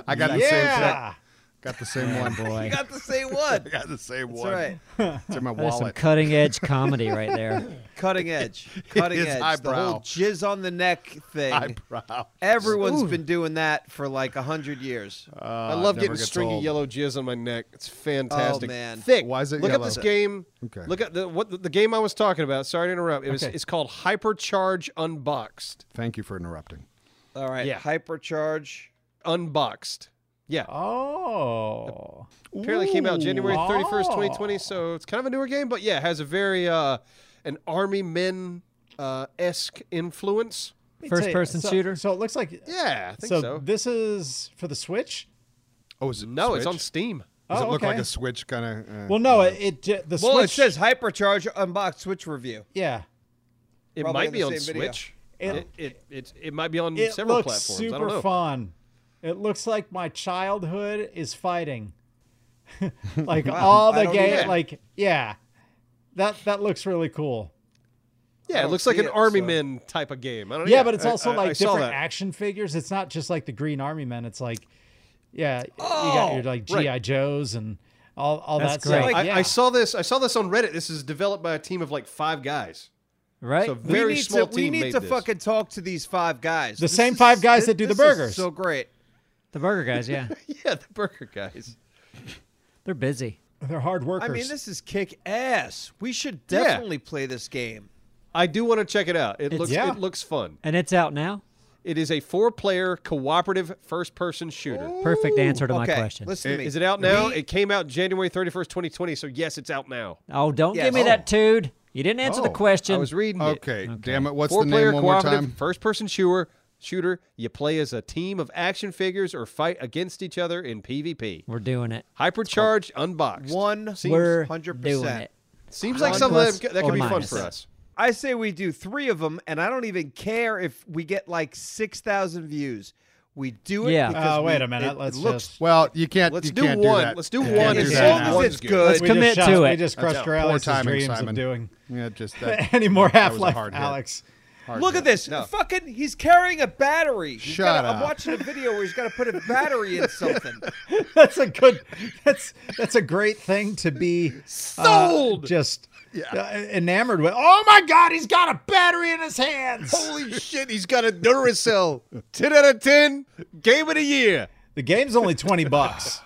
Speaker 3: I got the same.
Speaker 5: yeah.
Speaker 3: Got the same one,
Speaker 2: Oh, Boy,
Speaker 4: You got the same one.
Speaker 3: I got the same
Speaker 4: That's
Speaker 3: one.
Speaker 4: right.
Speaker 3: It's in my
Speaker 2: that is some
Speaker 3: wallet.
Speaker 2: cutting edge comedy right there.
Speaker 4: Cutting edge. Cutting
Speaker 3: His
Speaker 4: edge. The
Speaker 3: eyebrow.
Speaker 4: whole jizz on the neck thing.
Speaker 3: Eyebrow.
Speaker 4: Everyone's been doing that for like a hundred years.
Speaker 3: Uh,
Speaker 1: I love
Speaker 3: never
Speaker 1: getting
Speaker 3: gets
Speaker 1: stringy
Speaker 3: old.
Speaker 1: yellow jizz on my neck. It's fantastic.
Speaker 4: man.
Speaker 1: thick.
Speaker 3: Why is it
Speaker 1: Look
Speaker 3: yellow?
Speaker 1: at this game.
Speaker 3: Okay.
Speaker 1: Look at the what the, the game I was talking about. Sorry to interrupt. It was
Speaker 5: Okay.
Speaker 1: it's called Hypercharge Unboxed.
Speaker 3: Thank you for interrupting.
Speaker 4: All right.
Speaker 1: yeah.
Speaker 4: Hypercharge.
Speaker 1: Unboxed. Yeah.
Speaker 5: Oh,
Speaker 1: Apparently it came out January
Speaker 5: Ooh.
Speaker 1: 31st, 2020,
Speaker 5: Oh.
Speaker 1: so it's kind of a newer game, but yeah, has a very uh an army men uh esque influence.
Speaker 5: Let me
Speaker 2: First
Speaker 5: tell you,
Speaker 2: person
Speaker 5: so-
Speaker 2: shooter?
Speaker 5: So it looks like
Speaker 1: Yeah, I think so.
Speaker 5: so, This is for the Switch.
Speaker 3: Oh, is it?
Speaker 1: no, it's
Speaker 3: Switch?
Speaker 1: on Steam.
Speaker 3: Does
Speaker 5: oh,
Speaker 3: it look
Speaker 5: okay.
Speaker 3: like a switch kind of? Uh,
Speaker 5: Well, no, it, it j- the
Speaker 4: Well,
Speaker 5: Switch
Speaker 4: it says Hypercharge unboxed Switch review.
Speaker 5: yeah.
Speaker 1: It
Speaker 4: Probably
Speaker 1: might
Speaker 4: on
Speaker 1: be
Speaker 4: the
Speaker 1: on
Speaker 4: same video.
Speaker 1: Switch.
Speaker 5: It-
Speaker 1: It, it, it, it might be on
Speaker 5: It
Speaker 1: several
Speaker 5: looks
Speaker 1: platforms.
Speaker 5: super
Speaker 1: I don't know.
Speaker 5: fun. It looks like my childhood is fighting. like all
Speaker 4: I
Speaker 5: the
Speaker 4: don't
Speaker 5: game,
Speaker 1: either.
Speaker 5: like yeah, that that looks really cool.
Speaker 1: Yeah, it
Speaker 4: don't
Speaker 1: looks like
Speaker 4: see
Speaker 1: an
Speaker 4: it,
Speaker 1: army
Speaker 4: so-
Speaker 1: men type of game. I don't know.
Speaker 5: Yeah, but it's
Speaker 1: Oh, I-
Speaker 5: also
Speaker 1: I-
Speaker 5: like
Speaker 1: I saw
Speaker 5: different
Speaker 1: that.
Speaker 5: action figures. It's not just like the Green Army Men. It's like yeah, you got your like GI Joes and all all
Speaker 2: That's
Speaker 5: that. stuff.
Speaker 2: great.
Speaker 1: I,
Speaker 5: yeah.
Speaker 1: I saw this. I saw this on Reddit. This is developed by a team of like five guys.
Speaker 2: Right?
Speaker 1: So very
Speaker 4: we need
Speaker 1: small
Speaker 4: to,
Speaker 1: team
Speaker 4: We need
Speaker 1: made
Speaker 4: to
Speaker 1: this.
Speaker 4: fucking talk to these five guys.
Speaker 5: The same five guys that do the
Speaker 4: this is
Speaker 5: burgers.
Speaker 4: so great.
Speaker 2: the burger guys, yeah.
Speaker 1: Yeah, the burger guys.
Speaker 2: They're busy.
Speaker 5: They're hard workers.
Speaker 4: I mean, this is kick ass. We should
Speaker 1: Yeah.
Speaker 4: definitely play this game.
Speaker 1: I do want to check it out. It looks
Speaker 5: yeah.
Speaker 1: it looks fun.
Speaker 2: And it's out now?
Speaker 1: It is a four-player cooperative first-person shooter.
Speaker 5: Oh.
Speaker 2: Perfect answer to my
Speaker 4: okay,
Speaker 2: question.
Speaker 4: listen to me.
Speaker 1: Is it out now?
Speaker 4: We-
Speaker 1: It came out January 31st, 2020, so yes, it's out now.
Speaker 2: Oh, don't
Speaker 4: Yes.
Speaker 2: give me that dude. You didn't answer the
Speaker 3: Oh, I
Speaker 2: question.
Speaker 1: I was reading it.
Speaker 3: Okay, damn it. What's the
Speaker 1: Four-player
Speaker 3: name one more
Speaker 1: cooperative
Speaker 3: time?
Speaker 1: first-person shooter. Shooter, you play as a team of action figures or fight against each other in PvP.
Speaker 2: We're doing it.
Speaker 1: Hypercharged, unboxed.
Speaker 4: One
Speaker 2: We're
Speaker 4: hundred
Speaker 2: doing
Speaker 4: percent.
Speaker 2: it.
Speaker 1: Seems like
Speaker 2: One
Speaker 1: something that,
Speaker 2: plus
Speaker 1: that could
Speaker 2: or
Speaker 1: be fun
Speaker 2: minus.
Speaker 1: for us.
Speaker 4: I say we do three of them, and I don't even care if we get like six thousand views. We do it.
Speaker 2: Yeah.
Speaker 4: Because
Speaker 5: Oh, wait
Speaker 4: we-
Speaker 5: a minute.
Speaker 4: It,
Speaker 5: Let's
Speaker 4: it looks
Speaker 5: just-
Speaker 3: Well, you can't.
Speaker 1: Let's
Speaker 3: you
Speaker 1: do
Speaker 3: can't
Speaker 1: one.
Speaker 3: that.
Speaker 1: Let's do
Speaker 3: You
Speaker 1: one
Speaker 3: can't
Speaker 4: as
Speaker 3: do that
Speaker 4: long
Speaker 3: now.
Speaker 4: as
Speaker 1: one's
Speaker 4: it's
Speaker 1: good.
Speaker 4: good.
Speaker 2: Let's commit
Speaker 5: just,
Speaker 2: to
Speaker 5: We
Speaker 2: it.
Speaker 5: just
Speaker 3: That's
Speaker 5: crushed our
Speaker 3: poor
Speaker 5: Alex's
Speaker 3: timing,
Speaker 5: dreams
Speaker 3: Simon.
Speaker 5: of doing
Speaker 3: Yeah, just that.
Speaker 5: any more
Speaker 3: that was a
Speaker 5: Half-Life,
Speaker 3: hard hit.
Speaker 5: Alex.
Speaker 3: Hard
Speaker 4: Look
Speaker 3: hit.
Speaker 4: at this. Fucking, he's carrying a battery. He's
Speaker 3: Shut
Speaker 4: gotta- I'm
Speaker 3: up.
Speaker 4: watching a video where he's got to put a battery in something.
Speaker 5: That's a good. That's that's a great thing to be uh,
Speaker 1: Sold!
Speaker 5: just uh, enamored with. Oh my God, he's got a battery in his hands.
Speaker 1: Holy shit, he's got a Duracell. 10 out of 10, game of the year.
Speaker 5: The game's only twenty bucks,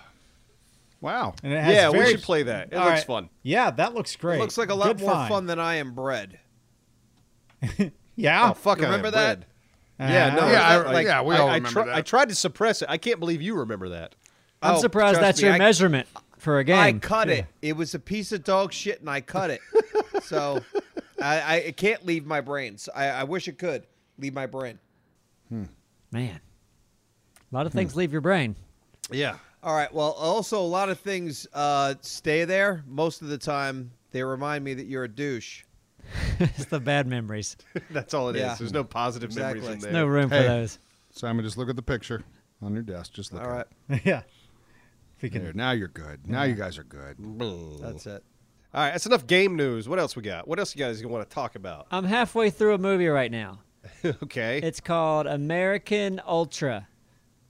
Speaker 3: Wow.
Speaker 5: and it has
Speaker 1: Yeah,
Speaker 5: very,
Speaker 1: we should play that. It
Speaker 5: All
Speaker 1: looks
Speaker 5: right.
Speaker 1: fun.
Speaker 5: Yeah, that looks great.
Speaker 4: Looks like a lot
Speaker 5: Good
Speaker 4: more
Speaker 5: find.
Speaker 4: fun than I am bread.
Speaker 5: Yeah.
Speaker 1: Oh, fuck, I
Speaker 4: remember
Speaker 1: am
Speaker 4: that?
Speaker 1: red. Yeah,
Speaker 5: Uh,
Speaker 1: no.
Speaker 3: Yeah,
Speaker 1: that-
Speaker 3: I-
Speaker 1: like,
Speaker 3: yeah, we
Speaker 1: I,
Speaker 3: all
Speaker 1: I
Speaker 3: remember
Speaker 1: tri-
Speaker 3: that.
Speaker 1: I tried to suppress it. I can't believe you remember that.
Speaker 2: I'm
Speaker 4: Oh,
Speaker 2: surprised
Speaker 4: trust
Speaker 2: that's
Speaker 4: me,
Speaker 2: your
Speaker 4: I-
Speaker 2: measurement for a game.
Speaker 4: I cut it. It was a piece of dog shit, and I cut it. so I, I it can't leave my brain. So I, I wish it could leave my brain.
Speaker 2: Man, a lot of things leave your brain.
Speaker 1: Yeah.
Speaker 4: All right. Well, also a lot of things uh, stay there. Most of the time, they remind me that you're a douche.
Speaker 2: it's the bad memories.
Speaker 1: That's all it is.
Speaker 4: Yeah.
Speaker 1: There's no positive memories in
Speaker 4: Exactly.
Speaker 1: there.
Speaker 2: No room
Speaker 3: Hey.
Speaker 2: for those.
Speaker 3: Simon, just look at the picture on your desk. Just look
Speaker 4: All
Speaker 3: at
Speaker 4: right.
Speaker 3: it.
Speaker 5: yeah. If we can
Speaker 3: There, now you're good. Now you guys are good.
Speaker 4: That's it.
Speaker 1: All right, that's enough game news. What else we got? What else you guys want to talk about?
Speaker 2: I'm halfway through a movie right now.
Speaker 1: okay.
Speaker 2: It's called American Ultra,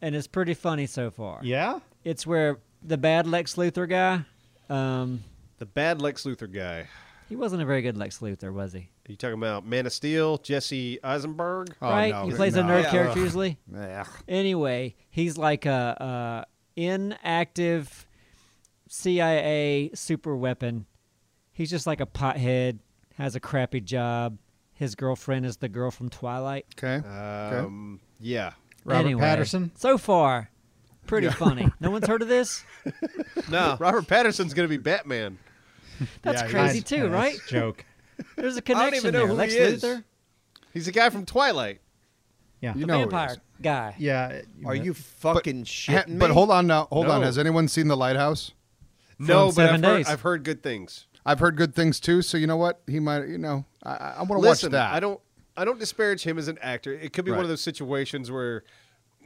Speaker 2: and it's pretty funny so far.
Speaker 5: Yeah.
Speaker 2: It's where the bad Lex Luthor guy, um,
Speaker 1: the bad Lex Luthor guy. Are
Speaker 2: he wasn't a very good Lex Luthor, was he?
Speaker 1: you talking about Man of Steel, Jesse Eisenberg?
Speaker 3: Oh,
Speaker 2: right?
Speaker 3: no,
Speaker 2: he plays a
Speaker 3: no.
Speaker 2: nerd
Speaker 4: Yeah.
Speaker 2: character usually.
Speaker 3: Ugh.
Speaker 2: Anyway, he's like a, a inactive CIA super weapon. He's just like a pothead, has a crappy job. His girlfriend is the girl from Twilight.
Speaker 3: Okay. okay.
Speaker 1: Um, yeah.
Speaker 5: Robert
Speaker 2: Anyway,
Speaker 5: Patterson.
Speaker 2: So far, pretty funny. No one's heard of this.
Speaker 4: No.
Speaker 1: Robert Patterson's going to be Batman.
Speaker 2: That's
Speaker 3: Yeah, he
Speaker 2: crazy
Speaker 5: Nice.
Speaker 2: too,
Speaker 5: Yeah,
Speaker 2: right?
Speaker 5: that's a Joke.
Speaker 2: There's a
Speaker 4: don't
Speaker 2: connection
Speaker 4: even know
Speaker 2: there.
Speaker 4: who
Speaker 2: Lex
Speaker 4: he is.
Speaker 2: Luthor,
Speaker 1: He's the guy from Twilight.
Speaker 5: Yeah.
Speaker 3: You
Speaker 2: the
Speaker 3: know who it
Speaker 2: vampire
Speaker 3: is.
Speaker 2: guy.
Speaker 5: yeah.
Speaker 4: Are you fucking shitting
Speaker 3: Ha-
Speaker 4: me?
Speaker 3: but hold on now. Hold on.
Speaker 1: No.
Speaker 3: Has anyone seen The Lighthouse?
Speaker 1: No, but I've
Speaker 2: Seven
Speaker 1: heard,
Speaker 2: Days.
Speaker 1: I've heard good things.
Speaker 3: I've heard good things too. So you know what? He might. You know, I, I want to watch
Speaker 1: Listen,
Speaker 3: that.
Speaker 1: I don't I don't disparage him as an actor. It could be one
Speaker 3: Right.
Speaker 1: of those situations where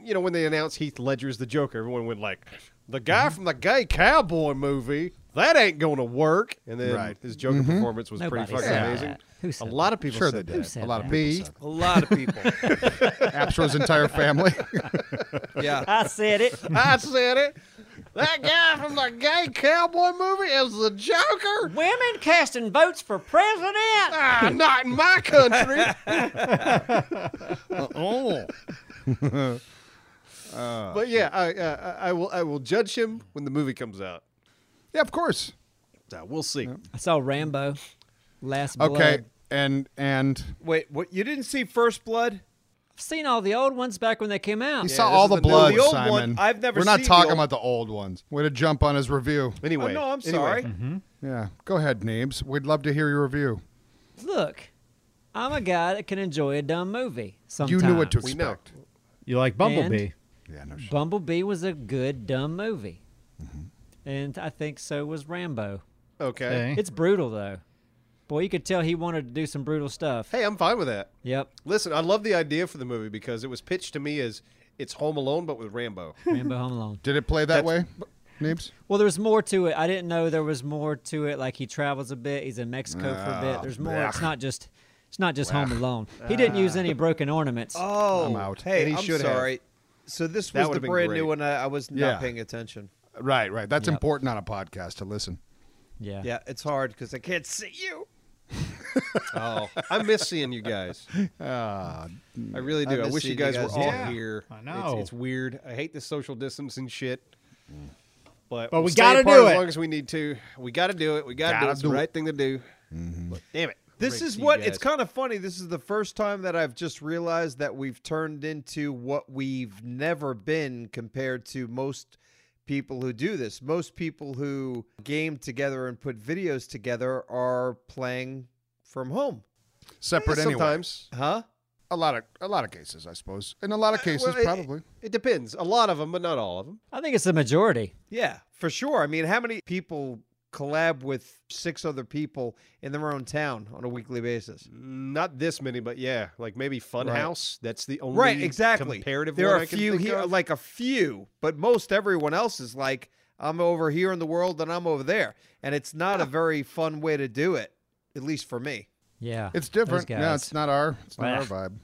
Speaker 1: you know when they announced Heath Ledger's the Joker, everyone went like, "The
Speaker 3: Mm-hmm.
Speaker 1: guy from the gay cowboy movie, that ain't going to work." And then
Speaker 3: Right. Mm-hmm.
Speaker 1: his Joker performance was
Speaker 2: Nobody
Speaker 1: pretty fucking
Speaker 2: said
Speaker 1: amazing.
Speaker 2: that. Who said
Speaker 1: a lot of people
Speaker 3: Sure
Speaker 1: said
Speaker 3: they
Speaker 1: that.
Speaker 3: did.
Speaker 2: said
Speaker 3: A lot
Speaker 2: that?
Speaker 3: of
Speaker 2: Who
Speaker 3: B.
Speaker 2: said
Speaker 4: a lot of people.
Speaker 3: Apshaw's entire family.
Speaker 4: yeah.
Speaker 2: I said it.
Speaker 1: I said it. That guy from the gay cowboy movie is the Joker.
Speaker 2: Women casting votes for president.
Speaker 1: Ah, not in my country.
Speaker 3: oh.
Speaker 1: but yeah, I, uh, I will. I will judge him when the movie comes out.
Speaker 3: Yeah, of course.
Speaker 1: Uh, we'll see.
Speaker 2: I saw Rambo last blood.
Speaker 3: Okay. And and
Speaker 4: Wait. What? You didn't see First Blood?
Speaker 2: I've seen all the old ones back when they came out.
Speaker 3: he saw
Speaker 1: this
Speaker 3: all
Speaker 1: is
Speaker 3: the,
Speaker 1: the new-
Speaker 3: blood,
Speaker 4: the old one,
Speaker 3: Simon.
Speaker 4: I've never
Speaker 3: We're not
Speaker 4: seen the
Speaker 3: talking
Speaker 4: old-
Speaker 3: about the old ones. Way to jump on his review.
Speaker 1: Anyway,
Speaker 4: oh, no, I'm
Speaker 1: anyway. Mm-hmm.
Speaker 4: sorry.
Speaker 3: Yeah. Go ahead, Neebs. We'd love to hear your review.
Speaker 2: Look, I'm a guy that can enjoy a dumb movie.
Speaker 3: You
Speaker 2: Sometimes.
Speaker 3: knew what to
Speaker 1: We know.
Speaker 3: expect.
Speaker 5: You like Bumblebee?
Speaker 2: And-
Speaker 3: Yeah, no shit.
Speaker 2: Bumblebee was a good dumb movie,
Speaker 3: Mm-hmm.
Speaker 2: and I think so was Rambo.
Speaker 1: Okay.
Speaker 5: Okay.
Speaker 2: It's brutal though. Boy, you could tell he wanted to do some brutal stuff.
Speaker 1: Hey, I'm fine with that.
Speaker 2: Yep,
Speaker 1: Listen, I love the idea for the movie because it was pitched to me as it's Home Alone but with Rambo.
Speaker 2: Rambo Home Alone.
Speaker 3: Did it play that way, Neebs?
Speaker 2: Well, there's more to it. I didn't know there was more to it. Like he travels a bit. He's in Mexico for a
Speaker 3: Ah,
Speaker 2: bit. There's more. It's not just. It's not just Home Alone. He didn't use
Speaker 3: Ah.
Speaker 2: any broken ornaments.
Speaker 4: Oh,
Speaker 3: I'm out.
Speaker 1: And
Speaker 4: Hey,
Speaker 1: he
Speaker 4: I'm
Speaker 1: should have.
Speaker 4: sorry. So this
Speaker 1: That
Speaker 4: was the
Speaker 1: would've been
Speaker 4: brand
Speaker 1: great.
Speaker 4: new one. I, I was not
Speaker 3: Yeah.
Speaker 4: paying attention.
Speaker 3: Right, right. That's
Speaker 2: Yep.
Speaker 3: important on a podcast to listen.
Speaker 2: yeah.
Speaker 4: Yeah, it's hard because I can't see you.
Speaker 1: Oh, I miss seeing you guys. I really do.
Speaker 4: I
Speaker 1: I,
Speaker 4: miss
Speaker 1: wish you
Speaker 4: seeing
Speaker 1: guys, were all
Speaker 5: Yeah.
Speaker 1: here.
Speaker 5: I
Speaker 1: It's,
Speaker 5: know.
Speaker 1: it's weird. I hate the social distancing shit. But,
Speaker 5: But
Speaker 1: we'll
Speaker 5: we
Speaker 1: stay
Speaker 5: gotta
Speaker 1: apart
Speaker 5: do
Speaker 1: as
Speaker 5: it.
Speaker 1: long as we need to. We got to do it. We got to
Speaker 3: Gotta
Speaker 1: do it. It's the
Speaker 3: do it.
Speaker 1: right thing to do. But damn it.
Speaker 4: This
Speaker 1: Great
Speaker 4: is
Speaker 1: to you
Speaker 4: what
Speaker 1: guys.
Speaker 4: it's kind of funny. This is the first time that I've just realized that we've turned into what we've never been compared to most people who do this. Most people who game together and put videos together are playing from home.
Speaker 3: Separate
Speaker 1: Yeah,
Speaker 3: anyway.
Speaker 1: sometimes.
Speaker 4: Huh?
Speaker 3: A lot of a lot of cases, I suppose. In a lot of cases,
Speaker 1: Well, it-
Speaker 3: probably.
Speaker 1: It, depends. A lot of them, but not all of them.
Speaker 2: I think it's the majority.
Speaker 4: Yeah, for sure. I mean, how many people collab with six other people in their own town on a weekly basis?
Speaker 1: Not this many, but yeah, like maybe Funhouse. That's the only
Speaker 4: Right, exactly.
Speaker 1: comparative.
Speaker 4: There
Speaker 1: one
Speaker 4: are
Speaker 1: I
Speaker 4: a
Speaker 1: can
Speaker 4: few
Speaker 1: think
Speaker 4: here,
Speaker 1: of.
Speaker 4: like a few, but most everyone else is like, I'm over here in the world and I'm over there, and it's not a very fun way to do it, at least for me.
Speaker 2: Yeah.
Speaker 3: It's
Speaker 2: those
Speaker 3: different. No,
Speaker 2: guys.
Speaker 3: it's not our it's not our
Speaker 2: Ugh.
Speaker 3: vibe.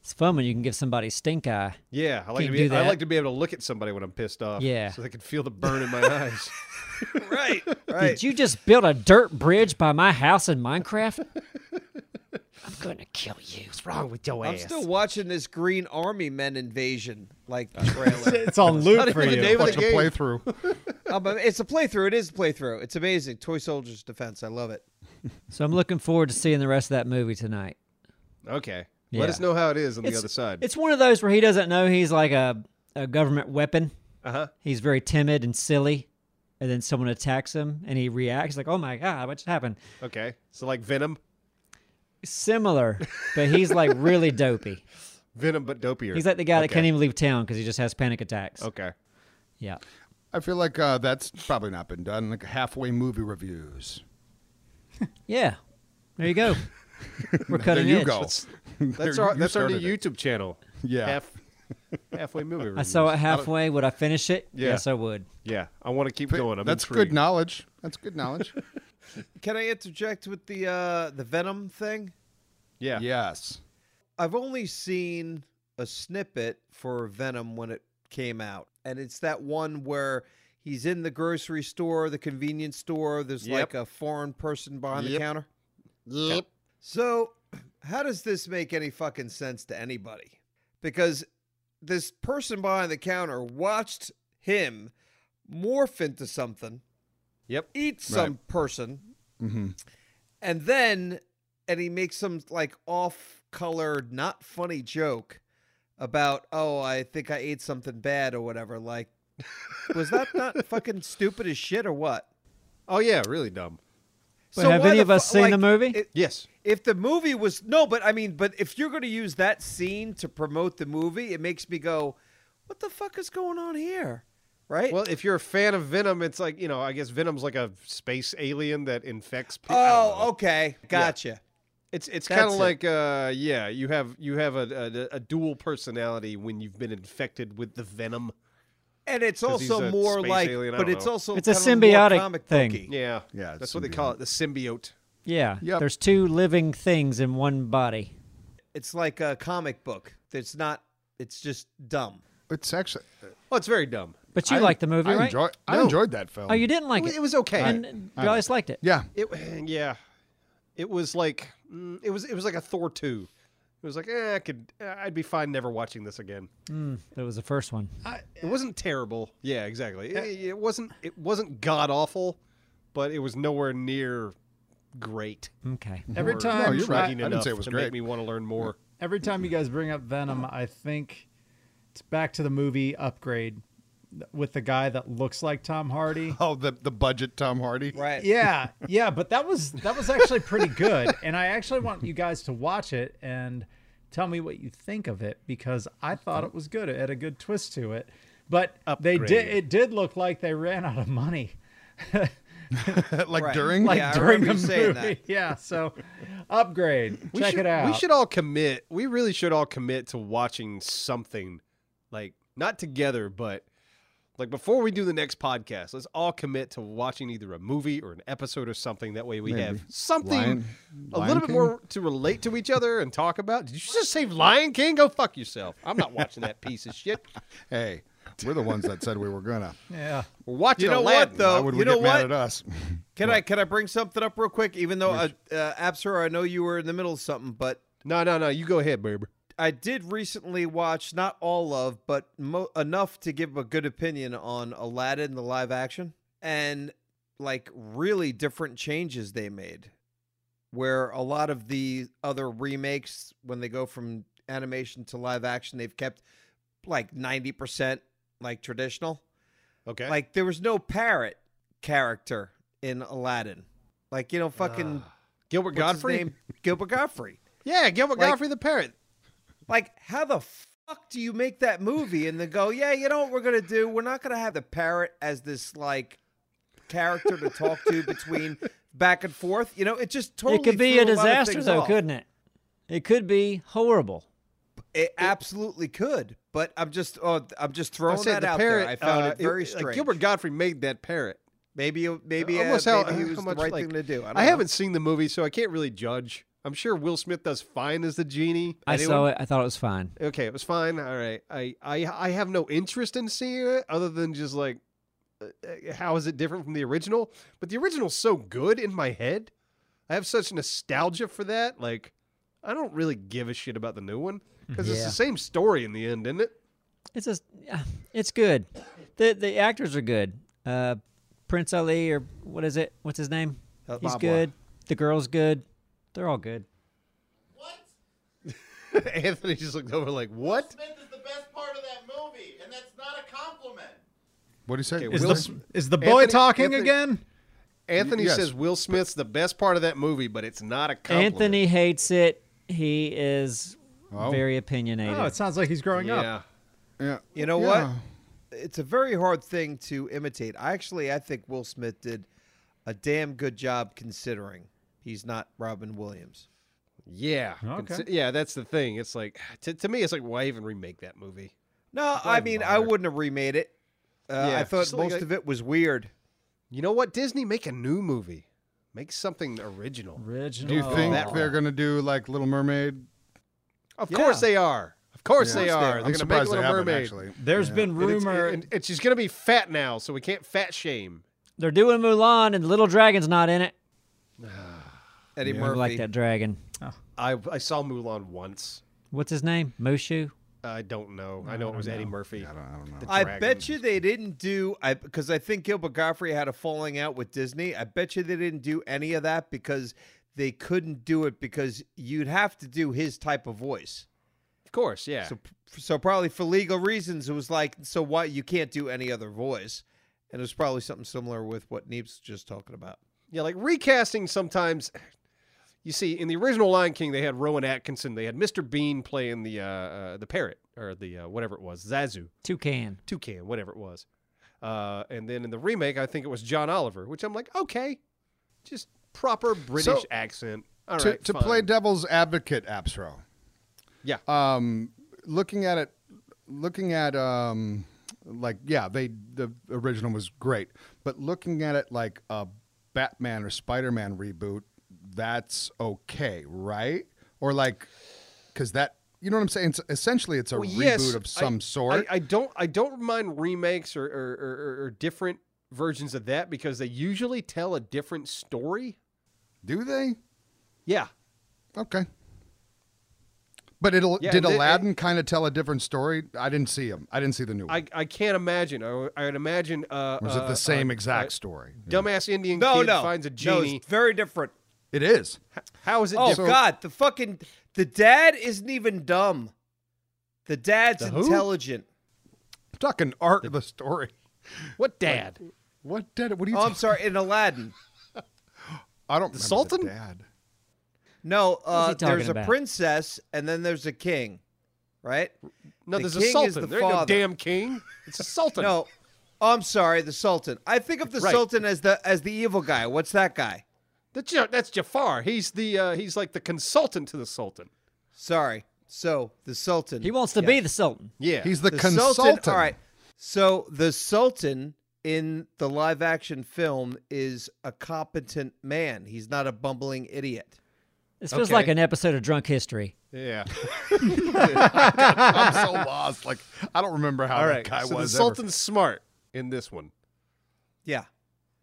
Speaker 2: It's fun when you can give somebody stink eye.
Speaker 1: Yeah, I like
Speaker 2: Can't
Speaker 1: to be.
Speaker 2: do
Speaker 1: I
Speaker 2: that.
Speaker 1: like to be able to look at somebody when I'm pissed off.
Speaker 2: Yeah.
Speaker 1: so they can feel the burn in my eyes.
Speaker 4: Right.
Speaker 2: Did you just build a dirt bridge by my house in Minecraft? I'm gonna kill you. What's wrong with your
Speaker 4: I'm
Speaker 2: ass?
Speaker 4: still watching this Green Army Men invasion like trailer.
Speaker 5: It's on loop
Speaker 1: not
Speaker 5: for
Speaker 1: even the
Speaker 5: you.
Speaker 1: name of
Speaker 3: Watch a
Speaker 1: game.
Speaker 3: playthrough.
Speaker 4: Um, but it's a playthrough. It is a playthrough. It's amazing. Toy Soldiers Defense. I love it.
Speaker 2: so I'm looking forward to seeing the rest of that movie tonight.
Speaker 1: Okay,
Speaker 2: Yeah.
Speaker 1: let us know how it is on the
Speaker 2: It's-
Speaker 1: other side.
Speaker 2: It's one of those where he doesn't know he's like a, a government weapon.
Speaker 1: Uh huh.
Speaker 2: He's very timid and silly, and then someone attacks him, and he reacts like, "Oh my god, what just happened?"
Speaker 1: Okay, so like Venom,
Speaker 2: Similar, but he's like really dopey.
Speaker 1: Venom but dopier.
Speaker 2: He's like the guy that
Speaker 1: Okay.
Speaker 2: can't even leave town because he just has panic attacks.
Speaker 1: Okay.
Speaker 2: Yeah.
Speaker 3: I feel like uh, that's probably not been done. Like halfway movie reviews.
Speaker 2: Yeah. There you go. We're cutting
Speaker 3: there you
Speaker 2: edge.
Speaker 3: go.
Speaker 1: That's
Speaker 3: There
Speaker 1: our
Speaker 3: you
Speaker 1: that's our new
Speaker 3: started it.
Speaker 1: YouTube channel.
Speaker 3: Yeah.
Speaker 1: Half, halfway movie.
Speaker 2: I
Speaker 1: reviews.
Speaker 2: saw it halfway. Would I finish it?
Speaker 1: Yeah.
Speaker 2: Yes, I would.
Speaker 1: Yeah, I want to keep
Speaker 3: Th-
Speaker 1: going. I'm
Speaker 3: that's
Speaker 1: intrigued.
Speaker 3: good knowledge. That's good knowledge.
Speaker 4: Can I interject with the uh, the Venom thing?
Speaker 1: Yeah.
Speaker 3: Yes.
Speaker 4: I've only seen a snippet for Venom when it came out, and it's that one where he's in the grocery store, the convenience store. There's
Speaker 1: Yep.
Speaker 4: like a foreign person behind the
Speaker 1: Yep.
Speaker 4: counter. So, how does this make any fucking sense to anybody? Because this person behind the counter watched him morph into something,
Speaker 1: Yep.
Speaker 4: eat some person,
Speaker 3: Mm-hmm.
Speaker 4: and then and he makes some like off color not funny joke about oh i think i ate something bad or whatever like was that not fucking stupid as shit or what
Speaker 1: Oh yeah, really dumb.
Speaker 2: But have
Speaker 4: why
Speaker 2: any
Speaker 4: the
Speaker 2: of us
Speaker 4: fu-
Speaker 2: seen the
Speaker 4: like,
Speaker 2: movie?
Speaker 4: it-
Speaker 1: Yes.
Speaker 4: if the movie was no but i mean but if you're going to use that scene to promote the movie it makes me go what the fuck is going on here right
Speaker 1: Well, if you're a fan of Venom, it's like you know, I guess Venom's like a space alien that infects. people.
Speaker 4: oh okay gotcha
Speaker 1: It's it's
Speaker 4: That's
Speaker 1: kind of
Speaker 4: it.
Speaker 1: like uh yeah you have you have a, a a dual personality when you've been infected with the venom.
Speaker 4: and it's
Speaker 1: 'Cause he's
Speaker 4: also
Speaker 1: a
Speaker 4: more
Speaker 1: space
Speaker 4: like
Speaker 1: alien, I
Speaker 4: but
Speaker 1: don't
Speaker 4: it's
Speaker 1: know.
Speaker 4: also
Speaker 2: It's a
Speaker 4: kinda more
Speaker 2: symbiotic
Speaker 4: comic
Speaker 2: thing.
Speaker 4: booky.
Speaker 1: Yeah,
Speaker 3: Yeah, it's
Speaker 1: that's what they call it, the symbiote.
Speaker 2: Yeah.
Speaker 3: Yep.
Speaker 2: There's two living things in one body.
Speaker 4: It's like a comic book. It's not. It's just dumb.
Speaker 3: It's actually.
Speaker 1: Oh, it's very dumb.
Speaker 2: But you
Speaker 3: I-
Speaker 2: like the movie,
Speaker 3: I
Speaker 2: right?
Speaker 3: Enjoy, I
Speaker 1: No.
Speaker 3: enjoyed that film.
Speaker 2: oh, you didn't like
Speaker 1: It
Speaker 2: it.
Speaker 1: was, it was okay.
Speaker 2: and you always liked it.
Speaker 3: Yeah.
Speaker 1: It yeah, it was like mm, it was it was like a Thor two. It was like eh, I could I'd be fine never watching this again.
Speaker 2: That was the first one.
Speaker 1: It wasn't terrible. Yeah, exactly. It, it wasn't it wasn't god awful, but it was nowhere near great.
Speaker 2: Okay.
Speaker 5: Every
Speaker 1: or
Speaker 5: time
Speaker 3: you're right.
Speaker 1: intriguing
Speaker 3: I didn't say it
Speaker 1: enough
Speaker 3: was
Speaker 1: to
Speaker 3: great.
Speaker 1: Make me want to learn more.
Speaker 5: every time you guys bring up Venom, I think it's back to the movie Upgrade with the guy that looks like Tom Hardy.
Speaker 3: Oh, the the budget Tom Hardy.
Speaker 4: Right.
Speaker 5: Yeah, yeah, but that was that was actually pretty good, and I actually want you guys to watch it and tell me what you think of it because I thought it was good. It had a good twist to it, but they did
Speaker 1: Upgrade.
Speaker 5: it did look like they ran out of money.
Speaker 3: like
Speaker 4: Right.
Speaker 3: during.
Speaker 4: Like-
Speaker 3: yeah.
Speaker 4: Yeah, I
Speaker 5: during
Speaker 4: remember
Speaker 5: the
Speaker 4: you saying
Speaker 5: movie.
Speaker 4: that.
Speaker 5: Yeah, so upgrade.
Speaker 1: We
Speaker 5: Check
Speaker 1: should,
Speaker 5: it out.
Speaker 1: We should all commit. We really should all commit to watching something, like not together, but like before we do the next podcast. Let's all commit to watching either a movie or an episode or something. That way we have something
Speaker 3: Lion-
Speaker 1: a
Speaker 3: Lion
Speaker 1: little bit
Speaker 3: King?
Speaker 1: more to relate to each other and talk about. Did you just say Lion King? Go fuck yourself. I'm not watching that piece of shit.
Speaker 3: Hey, we're the ones that said we were gonna.
Speaker 5: Yeah.
Speaker 1: We're watching
Speaker 4: You know what,
Speaker 1: Aladdin.
Speaker 4: though?
Speaker 3: Why would we
Speaker 4: you know
Speaker 3: get mad
Speaker 4: what?
Speaker 3: at us?
Speaker 4: Can I can I bring something up real quick? Even though uh, uh, Absor, I know you were in the middle of something, but
Speaker 1: No, no, no. You go ahead, baby.
Speaker 4: I did recently watch not all of, but mo- enough to give a good opinion on Aladdin the live action and like really different changes they made. Where a lot of the other remakes, when they go from animation to live action, they've kept like ninety percent like traditional.
Speaker 1: Okay.
Speaker 4: Like there was no parrot character in Aladdin. Like you know, fucking
Speaker 1: Gilbert
Speaker 4: what's his
Speaker 1: Godfrey.
Speaker 4: name? Gilbert Godfrey.
Speaker 1: Yeah, Gilbert
Speaker 4: Like-
Speaker 1: Godfrey the parrot.
Speaker 4: Like how the fuck do you make that movie and then go, yeah, you know what we're gonna do? We're not gonna have the parrot as this like character to talk to between back and forth. You know, it just totally
Speaker 2: it could be a
Speaker 4: threw lot of
Speaker 2: disaster,
Speaker 4: things
Speaker 2: though,
Speaker 4: off.
Speaker 2: couldn't it? It could be horrible.
Speaker 4: It absolutely could. But I'm just, oh, I'm just throwing
Speaker 1: said
Speaker 4: that out there. I found
Speaker 1: uh,
Speaker 4: it very
Speaker 1: Like
Speaker 4: strange.
Speaker 1: Gilbert Godfrey made that parrot.
Speaker 4: maybe, maybe, uh,
Speaker 1: Almost
Speaker 4: maybe
Speaker 1: how,
Speaker 4: it
Speaker 1: how
Speaker 4: was the
Speaker 1: much,
Speaker 4: right
Speaker 1: like-
Speaker 4: thing to do. I, don't
Speaker 1: I
Speaker 4: know.
Speaker 1: haven't seen the movie, so I can't really judge. I'm sure Will Smith does fine as the genie.
Speaker 2: I saw it. I thought it was fine.
Speaker 1: Okay, it was fine. All right. I I I have no interest in seeing it other than just like uh, uh, how is it different from the original? But the original's so good in my head. I have such nostalgia for that. Like I don't really give a shit about the new one because it's
Speaker 2: Yeah.
Speaker 1: the same story in the end, isn't it?
Speaker 2: It's just, yeah, it's good. the The actors are good. Uh, Prince Ali or what is it? What's his name?
Speaker 4: Uh,
Speaker 2: He's
Speaker 4: Bob
Speaker 2: good. The girl's good. They're all good.
Speaker 1: Anthony just looked over like, "What?"
Speaker 6: Smith is the best part of that movie, and that's not a compliment.
Speaker 3: What do you say?
Speaker 1: Okay,
Speaker 5: Is
Speaker 1: Will-
Speaker 5: the is the boy
Speaker 1: Anthony-
Speaker 5: talking
Speaker 1: Anthony-
Speaker 5: again?
Speaker 1: Anthony
Speaker 3: Yes.
Speaker 1: says Will Smith's the best part of that movie, but it's not a compliment.
Speaker 2: Anthony hates it. He is
Speaker 3: Oh.
Speaker 2: very opinionated.
Speaker 5: Oh, it sounds like he's growing
Speaker 1: Yeah.
Speaker 5: up.
Speaker 3: yeah.
Speaker 4: You know
Speaker 3: Yeah.
Speaker 4: what? It's a very hard thing to imitate. I actually I think Will Smith did a damn good job considering he's not Robin Williams.
Speaker 1: Yeah.
Speaker 5: Okay.
Speaker 1: Consi- Yeah, that's the thing. It's like to, to me, it's like why even remake that movie?
Speaker 4: No, I mean I wouldn't have remade it. Uh,
Speaker 1: Yeah,
Speaker 4: I thought
Speaker 1: just like
Speaker 4: most
Speaker 1: a-
Speaker 4: of it was weird.
Speaker 1: You know what, Disney, make a new movie. Make something original.
Speaker 5: Original.
Speaker 3: Do you think
Speaker 1: Oh, that
Speaker 3: they're gonna do like Little Mermaid?
Speaker 1: Of course they are. Of course
Speaker 3: Yeah.
Speaker 1: they are.
Speaker 3: I'm
Speaker 1: They're gonna make
Speaker 3: surprised they
Speaker 1: Little
Speaker 3: haven't
Speaker 1: Mermaid.
Speaker 3: actually.
Speaker 5: There's been
Speaker 1: And it's-
Speaker 5: rumor.
Speaker 1: and and she's gonna be fat now, so we can't fat shame.
Speaker 2: They're doing Mulan, and the little dragon's not in it.
Speaker 4: Eddie
Speaker 2: I
Speaker 4: Murphy.
Speaker 2: like that dragon.
Speaker 1: I I saw Mulan once.
Speaker 2: What's his name? Mushu.
Speaker 1: I don't know. I know it was Eddie Murphy.
Speaker 3: I don't, I don't know.
Speaker 1: The
Speaker 4: I
Speaker 1: dragon.
Speaker 4: bet you they didn't do I because I think Gilbert Godfrey had a falling out with Disney. I bet you they didn't do any of that because they couldn't do it because you'd have to do his type of voice.
Speaker 1: Of course, yeah.
Speaker 4: So, so probably for legal reasons, it was like, so why you can't do any other voice, and it was probably something similar with what Neep's just talking about.
Speaker 1: Yeah, like recasting sometimes. You see, in the original Lion King, they had Rowan Atkinson, they had Mr. Bean playing the uh, uh, the parrot or the uh, whatever it was, Zazu,
Speaker 2: Toucan.
Speaker 1: toucan, whatever it was. Uh, and then in the remake, I think it was John Oliver, which I'm like, okay, just proper British
Speaker 3: So,
Speaker 1: accent. All right,
Speaker 3: to, to play
Speaker 1: fine.
Speaker 3: devil's advocate, Absro.
Speaker 1: yeah,
Speaker 3: um, looking at it, looking at um, like yeah, they the original was great, but looking at it like a Batman or Spider Man reboot, that's okay, right? Or like, because that you know what I'm saying? It's, essentially, it's a
Speaker 1: Well,
Speaker 3: reboot
Speaker 1: Oh, yes,
Speaker 3: of
Speaker 1: I-
Speaker 3: some sort.
Speaker 1: I, I don't, I don't mind remakes or or, or, or- or different versions of that because they usually tell a different story.
Speaker 3: Do they?
Speaker 1: Yeah,
Speaker 3: Okay. But it'll
Speaker 1: Yeah,
Speaker 3: did
Speaker 1: and they-
Speaker 3: Aladdin kind of tell a different story? I didn't see him. I didn't see the new one.
Speaker 1: I, I can't imagine. I, I would imagine. Uh,
Speaker 3: Or is it
Speaker 1: uh,
Speaker 3: the same
Speaker 1: uh,
Speaker 3: exact
Speaker 1: uh,
Speaker 3: story?
Speaker 1: dumbass Indian
Speaker 4: No,
Speaker 1: kid
Speaker 4: no,
Speaker 1: finds a
Speaker 4: no,
Speaker 1: genie.
Speaker 4: it's very different.
Speaker 3: It is.
Speaker 1: How is it
Speaker 4: Oh
Speaker 1: different?
Speaker 4: God, the fucking the dad isn't even dumb. The dad's
Speaker 1: The who?
Speaker 4: intelligent.
Speaker 3: I'm talking arc of the story.
Speaker 1: What dad?
Speaker 3: What did it? What do you?
Speaker 4: Oh, I'm
Speaker 3: talking-
Speaker 4: sorry, in Aladdin.
Speaker 3: I don't. The
Speaker 1: Sultan?
Speaker 3: The dad.
Speaker 4: No,
Speaker 2: is he
Speaker 4: uh, there's
Speaker 2: talking
Speaker 4: a
Speaker 2: about?
Speaker 4: princess and then there's a king, right?
Speaker 1: No,
Speaker 4: The
Speaker 1: there's a
Speaker 4: king
Speaker 1: sultan.
Speaker 4: is the
Speaker 1: there ain't no
Speaker 4: father.
Speaker 1: damn king. It's a sultan.
Speaker 4: No, I'm sorry, the Sultan. I think of the
Speaker 1: Right.
Speaker 4: Sultan as the as the evil guy. What's that guy?
Speaker 1: that's, Ja- that's Jafar. He's the uh, he's like the consultant to the sultan.
Speaker 4: Sorry. So the Sultan.
Speaker 2: He wants to be the Sultan.
Speaker 1: Yeah,
Speaker 3: He's the,
Speaker 4: the
Speaker 3: consultant.
Speaker 4: Sultan. All right. So the Sultan in the live action film is a competent man. He's not a bumbling idiot.
Speaker 2: This feels
Speaker 1: Okay.
Speaker 2: like an episode of Drunk History.
Speaker 1: yeah.
Speaker 3: I'm so lost. Like I don't remember how
Speaker 1: All
Speaker 3: that
Speaker 1: right.
Speaker 3: guy
Speaker 1: so
Speaker 3: was.
Speaker 1: the
Speaker 3: ever.
Speaker 1: sultan's smart in this one.
Speaker 4: Yeah.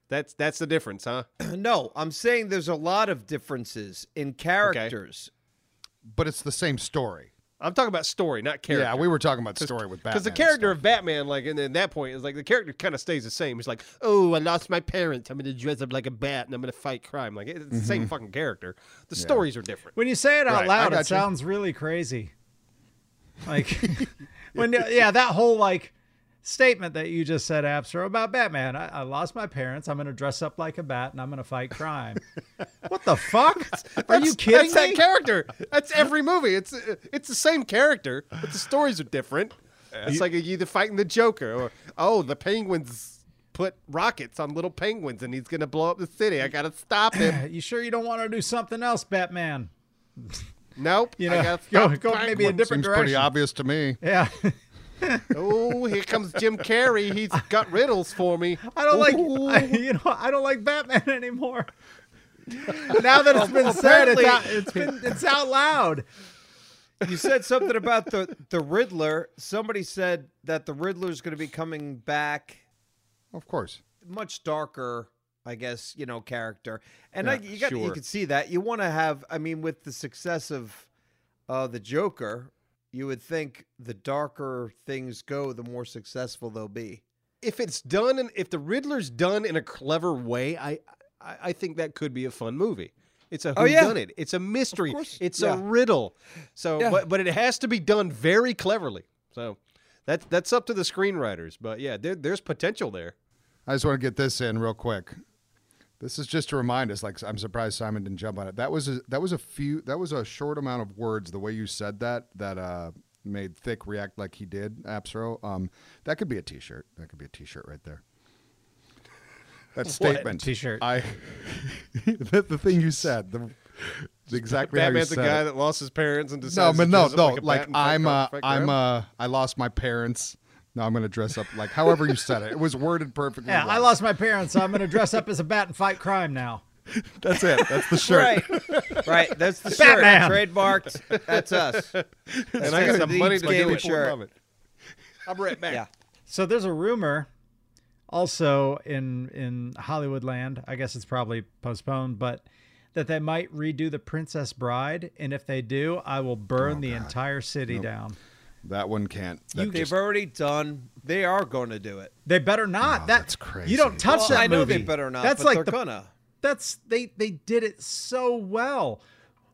Speaker 1: That's that's the difference, huh?
Speaker 4: No, I'm saying there's a lot of differences in characters.
Speaker 3: but it's the same story.
Speaker 1: I'm talking about story, not character.
Speaker 3: Yeah, we were talking about story with Batman.
Speaker 1: Because the
Speaker 3: and
Speaker 1: character
Speaker 3: stuff.
Speaker 1: of Batman, like, and then that point is like the character kind of stays the same. He's like, "Oh, I lost my parents. I'm gonna dress up like a bat and I'm gonna fight crime." Like, it's the same fucking character. The stories are different.
Speaker 5: When you say it out
Speaker 3: Right, I
Speaker 5: loud,
Speaker 3: got you.
Speaker 5: it sounds really crazy. Like when yeah, that whole like statement that you just said, Absro, about Batman. I, I lost my parents. I'm gonna dress up like a bat and I'm gonna fight crime. what the fuck? Are
Speaker 1: That's-
Speaker 5: you kidding
Speaker 1: That's that
Speaker 5: me?
Speaker 1: character. That's every movie. It's it's the same character, but the stories are different. It's like you either fighting the Joker or oh, the Penguins put rockets on little penguins and he's gonna blow up the city. I gotta stop him.
Speaker 5: you sure you don't want to do something else, Batman?
Speaker 1: nope.
Speaker 5: You
Speaker 1: I
Speaker 5: know,
Speaker 1: gotta
Speaker 5: go,
Speaker 1: stop
Speaker 5: go maybe a
Speaker 1: penguins.
Speaker 5: different
Speaker 3: seems pretty
Speaker 5: direction.
Speaker 3: obvious to me.
Speaker 5: yeah,
Speaker 1: Oh, here comes Jim Carrey. He's got riddles for me.
Speaker 5: I don't like you know I don't like Batman anymore. now that it's been said, it's
Speaker 4: Apparently-
Speaker 5: out, it's been it's out loud.
Speaker 4: You said something about the the Riddler. Somebody said that the Riddler is going to be coming back
Speaker 3: Of course.
Speaker 4: much darker, I guess, you know, character. And I,
Speaker 3: Yeah,
Speaker 4: you got you
Speaker 3: sure.
Speaker 4: can see that. You want to have I mean with the success of uh the Joker, you would think the darker things go, the more successful they'll be.
Speaker 1: if it's done and if the Riddler's done in a clever way, I I, I think that could be a fun movie. It's a whodunit.
Speaker 4: Oh, yeah.
Speaker 1: It's a mystery.
Speaker 4: course,
Speaker 1: It's
Speaker 4: yeah.
Speaker 1: a riddle. So,
Speaker 4: Yeah.
Speaker 1: but but it has to be done very cleverly. So, that's that's up to the screenwriters. But yeah, there, there's potential there.
Speaker 3: I just want to get this in real quick. This is just to remind us. Like I'm surprised Simon didn't jump on it. That was a, that was a few. That was a short amount of words. The way you said that that uh, made Thick react like he did. Absro. Um, that could be a T-shirt. That could be a T-shirt right there. That statement.
Speaker 5: T-shirt?
Speaker 3: I. the, the thing you said. The, the exactly how you
Speaker 1: Batman's the
Speaker 3: said
Speaker 1: guy
Speaker 3: it.
Speaker 1: that lost his parents and
Speaker 3: No,
Speaker 1: decided
Speaker 3: but
Speaker 1: to
Speaker 3: no,
Speaker 1: dress up
Speaker 3: no.
Speaker 1: like, a
Speaker 3: Like, uh,
Speaker 1: bat and fight
Speaker 3: I'm
Speaker 1: crime-
Speaker 3: a,
Speaker 1: fight crime.
Speaker 3: I'm a, I lost my parents. No, I'm gonna dress up like however you said it. It was worded perfectly.
Speaker 5: Yeah, I
Speaker 3: well.
Speaker 5: lost my parents, so I'm gonna dress up as a bat and fight crime now.
Speaker 3: That's it. That's the shirt.
Speaker 4: Right. right. That's the
Speaker 5: Batman.
Speaker 4: shirt. Trademarked. That's us.
Speaker 1: and I got the
Speaker 4: the
Speaker 1: money to
Speaker 4: Gamer
Speaker 1: do it.
Speaker 4: shirt.
Speaker 1: Love it. I'm right back.
Speaker 4: Yeah.
Speaker 5: So there's a rumor also in in Hollywood land, I guess it's probably postponed, but that they might redo the Princess Bride, and if they do, I will
Speaker 3: Oh,
Speaker 5: burn the entire city down.
Speaker 3: That one can't. That
Speaker 4: They've
Speaker 3: just-
Speaker 4: already done they are gonna do it.
Speaker 5: They better not.
Speaker 3: Wow,
Speaker 5: that,
Speaker 3: that's
Speaker 5: You
Speaker 3: crazy.
Speaker 5: don't touch
Speaker 4: Well,
Speaker 5: that
Speaker 4: I know
Speaker 5: movie.
Speaker 4: they better not,
Speaker 5: That's
Speaker 4: but
Speaker 5: like
Speaker 4: they're
Speaker 5: the,
Speaker 4: gonna.
Speaker 5: That's they they did it so well.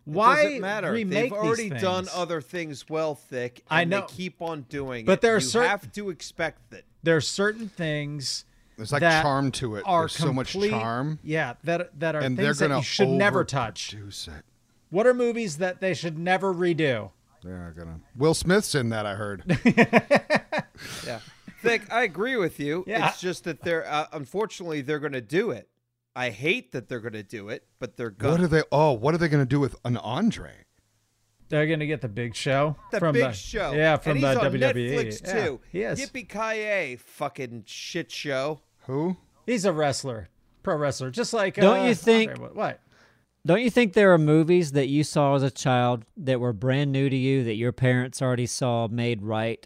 Speaker 5: Why
Speaker 4: Doesn't matter.
Speaker 5: remake
Speaker 4: They've already
Speaker 5: these
Speaker 4: done
Speaker 5: things?
Speaker 4: other things well thick and
Speaker 5: I know.
Speaker 4: they keep on doing
Speaker 5: But
Speaker 4: it.
Speaker 5: there are
Speaker 4: you
Speaker 5: cer-
Speaker 4: have to expect that.
Speaker 5: There are certain things.
Speaker 3: There's like
Speaker 5: that
Speaker 3: charm to it.
Speaker 5: Are
Speaker 3: There's so much
Speaker 5: complete-
Speaker 3: charm.
Speaker 5: Yeah, that that are
Speaker 3: And they're
Speaker 5: things that
Speaker 3: gonna
Speaker 5: you should never
Speaker 3: overproduce
Speaker 5: touch.
Speaker 3: it.
Speaker 5: What are movies that they should never redo?
Speaker 3: They're gonna. Will Smith's in that. I heard.
Speaker 4: Yeah. Thick, I agree with you.
Speaker 5: Yeah.
Speaker 4: It's just that they're uh, unfortunately they're going to do it. I hate that they're going to do it, but they're going.
Speaker 3: what are they? Oh, what are they gonna do with an Andre?
Speaker 5: They're gonna get the big show.
Speaker 4: the
Speaker 5: from
Speaker 4: big
Speaker 5: the,
Speaker 4: show?
Speaker 5: Yeah, from
Speaker 4: and
Speaker 5: the
Speaker 4: he's on
Speaker 5: WWE.
Speaker 4: Netflix
Speaker 5: yeah,
Speaker 4: too.
Speaker 5: He is.
Speaker 4: Yippee ki yay! Fucking shit show.
Speaker 3: Who?
Speaker 5: He's a wrestler, pro wrestler, just like.
Speaker 2: Don't
Speaker 5: uh,
Speaker 2: you think-
Speaker 5: Andre, what?
Speaker 2: Don't you think there are movies that you saw as a child that were brand new to you that your parents already saw made right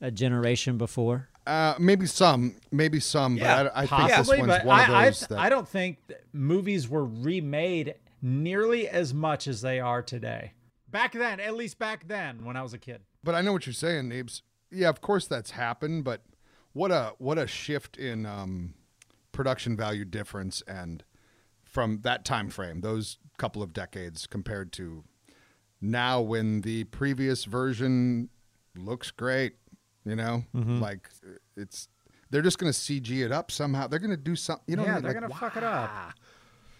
Speaker 2: a generation before?
Speaker 3: Uh, maybe some. Maybe some.
Speaker 4: Yeah,
Speaker 3: but I, I think this
Speaker 5: Possibly,
Speaker 3: one's
Speaker 5: but
Speaker 3: one of
Speaker 5: I, I,
Speaker 3: those. that,
Speaker 5: I don't think that movies were remade nearly as much as they are today. Back then, at least back then, when I was a kid.
Speaker 3: But I know what you're saying, Nabes. Yeah, of course that's happened, but what a what a shift in um, production value difference and from that time frame, those couple of decades compared to now when the previous version looks great, you know?
Speaker 2: Mm-hmm.
Speaker 3: Like it's they're just going to CG it up somehow. They're going to do something, you know, what I
Speaker 5: yeah,
Speaker 3: mean?
Speaker 5: they're
Speaker 3: Like,
Speaker 5: gonna
Speaker 3: why-
Speaker 5: fuck it up.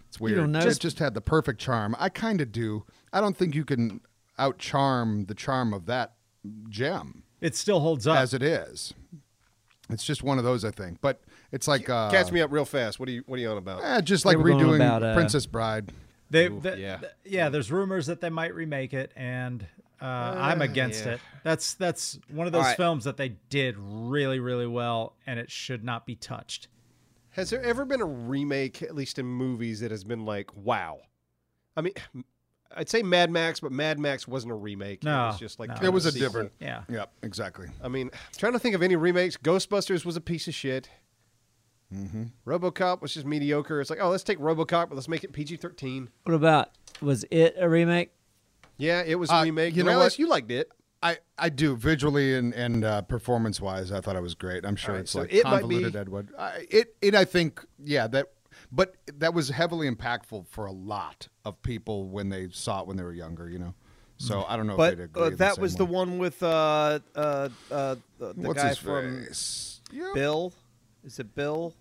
Speaker 3: it's weird.
Speaker 2: don't know.
Speaker 3: Just, just had the perfect charm. I kind of do. I don't think you can out charm the charm of that gem
Speaker 5: It still holds up.
Speaker 3: as it is. It's just one of those, I think. But it's like uh,
Speaker 1: Catch me up real fast. What are you What are you on about?
Speaker 3: eh, just like
Speaker 2: They were going
Speaker 3: redoing
Speaker 2: about, uh,
Speaker 3: Princess Bride.
Speaker 5: They, the-
Speaker 1: yeah.
Speaker 5: the- yeah. There's rumors that they might remake it, and uh, I'm against it. That's that's one of those
Speaker 4: Alright.
Speaker 5: films that they did really really well, and it should not be touched.
Speaker 1: Has there ever been a remake, at least in movies, that has been like, wow? I mean, I'd say Mad Max, but Mad Max wasn't a remake. it
Speaker 5: No,
Speaker 1: was just like
Speaker 5: no.
Speaker 1: kind
Speaker 3: It
Speaker 1: of
Speaker 3: was a
Speaker 1: sequel.
Speaker 3: different.
Speaker 5: Yeah.
Speaker 3: Yep, exactly.
Speaker 1: I mean, I'm trying to think of any remakes. Ghostbusters was a piece of shit.
Speaker 3: Mm-hmm.
Speaker 1: RoboCop was just mediocre. It's like, oh, let's take RoboCop, but let's make it PG-13.
Speaker 2: What about was it a remake?
Speaker 1: Yeah, it was a
Speaker 3: Uh,
Speaker 1: remake.
Speaker 3: you
Speaker 1: You
Speaker 3: know
Speaker 1: know
Speaker 3: what?
Speaker 1: You liked it.
Speaker 3: I, I do visually and and uh, performance wise, I thought it was great. I'm sure
Speaker 1: All right,
Speaker 3: it's
Speaker 1: so
Speaker 3: like
Speaker 1: it might
Speaker 3: convoluted
Speaker 1: be-
Speaker 3: Edward. I, it it I think yeah that, but that was heavily impactful for a lot of people when they saw it when they were younger. You know, so I don't know if
Speaker 4: But
Speaker 3: they'd agree.
Speaker 4: uh,
Speaker 3: the
Speaker 4: that
Speaker 3: same
Speaker 4: was the
Speaker 3: way.
Speaker 4: one with uh uh uh the the
Speaker 3: What's
Speaker 4: guy
Speaker 3: his
Speaker 4: from
Speaker 3: face? Yeah.
Speaker 4: Bill. Is it Bill?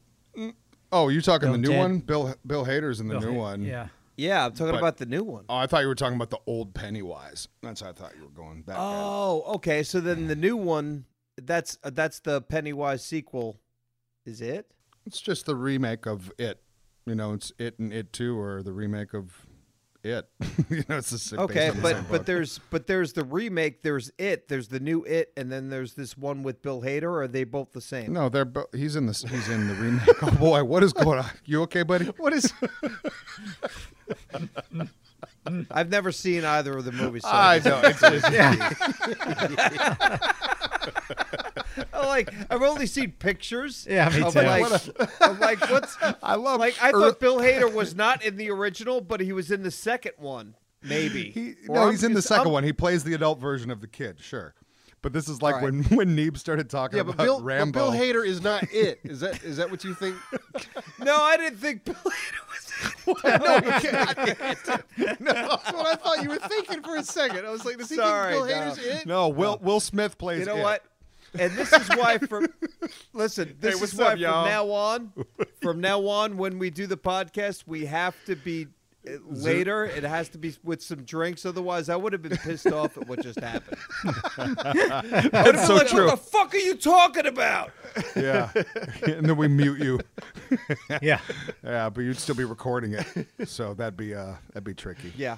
Speaker 3: Oh, you're talking the new
Speaker 2: Ted.
Speaker 3: one? Bill Bill Hader's in the new
Speaker 5: Hey,
Speaker 3: one.
Speaker 5: Yeah.
Speaker 4: Yeah, I'm talking
Speaker 3: But-
Speaker 4: about the new one.
Speaker 3: Oh, I thought you were talking about the old Pennywise. That's how I thought you were going. That guy.
Speaker 4: Oh, okay. So then the new one that's uh, that's the Pennywise sequel, is it?
Speaker 3: It's just the remake of it. You know, it's it and it too, or the remake of it. you know, it's the same.
Speaker 4: Okay,
Speaker 3: based on the
Speaker 4: but
Speaker 3: same book.
Speaker 4: but there's but there's the remake, there's it, there's the new it, and then there's this one with Bill Hader. Or are they both the same?
Speaker 3: no, they're bo- he's in this. He's in the remake. oh boy, what is going on? You okay, buddy?
Speaker 1: What is?
Speaker 4: I've never seen either of the movies. So
Speaker 3: I know. It's just,
Speaker 4: I like I've only seen pictures.
Speaker 5: Yeah, me
Speaker 4: of
Speaker 5: too.
Speaker 4: Like, of like what's
Speaker 3: I love
Speaker 4: like I
Speaker 3: Earth-
Speaker 4: thought Bill Hader was not in the original, but he was in the second one, maybe.
Speaker 3: He,
Speaker 4: Or
Speaker 3: no,
Speaker 4: I'm
Speaker 3: he's in the
Speaker 4: just-
Speaker 3: second
Speaker 4: I'm-
Speaker 3: one. He plays the adult version of the kid, sure. But this is like
Speaker 4: All right.
Speaker 3: when when Neeb started talking
Speaker 1: Yeah,
Speaker 3: about
Speaker 1: but Bill, but Bill
Speaker 3: Rambo.
Speaker 1: Hader is not it. Is that is that what you think?
Speaker 4: No, I didn't think Bill Hader was. in
Speaker 1: no, he's not it. No, that's what I thought you were thinking for a second. I was like, does he
Speaker 4: Sorry,
Speaker 1: think Bill
Speaker 4: no.
Speaker 1: Hader's it?
Speaker 3: no, Will Will Smith plays.
Speaker 4: You know
Speaker 3: it.
Speaker 4: what? And this is why from listen, this
Speaker 3: what's
Speaker 4: is why
Speaker 3: up,
Speaker 4: from
Speaker 3: y'all?
Speaker 4: now on, from now on, when we do the podcast, we have to be uh, later. It has to be with some drinks, otherwise, I would have been pissed off at what just happened.
Speaker 3: That's so
Speaker 4: like,
Speaker 3: true.
Speaker 4: What the fuck are you talking about?
Speaker 3: Yeah, and then we mute you.
Speaker 5: yeah.
Speaker 3: Yeah, but you'd still be recording it, so that'd be uh that'd be tricky.
Speaker 4: Yeah,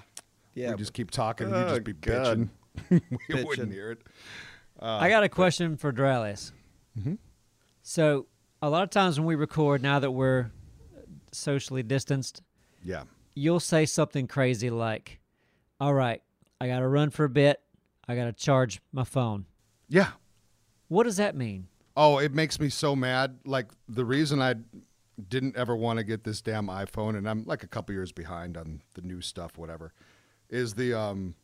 Speaker 4: yeah.
Speaker 3: we just keep talking. You
Speaker 1: Oh,
Speaker 3: just be
Speaker 1: God.
Speaker 3: bitching. we wouldn't
Speaker 4: Bitching.
Speaker 3: hear it.
Speaker 2: I got a question for Dralis. So, a lot of times when we record, now that we're socially distanced,
Speaker 3: Yeah,
Speaker 2: you'll say something crazy like, All right, I got to run for a bit. I got to charge my phone.
Speaker 3: yeah.
Speaker 2: What does that mean?
Speaker 3: Oh, it makes me so mad. Like the reason I didn't ever want to get this damn iPhone, and I'm like a couple years behind on the new stuff, whatever, is the um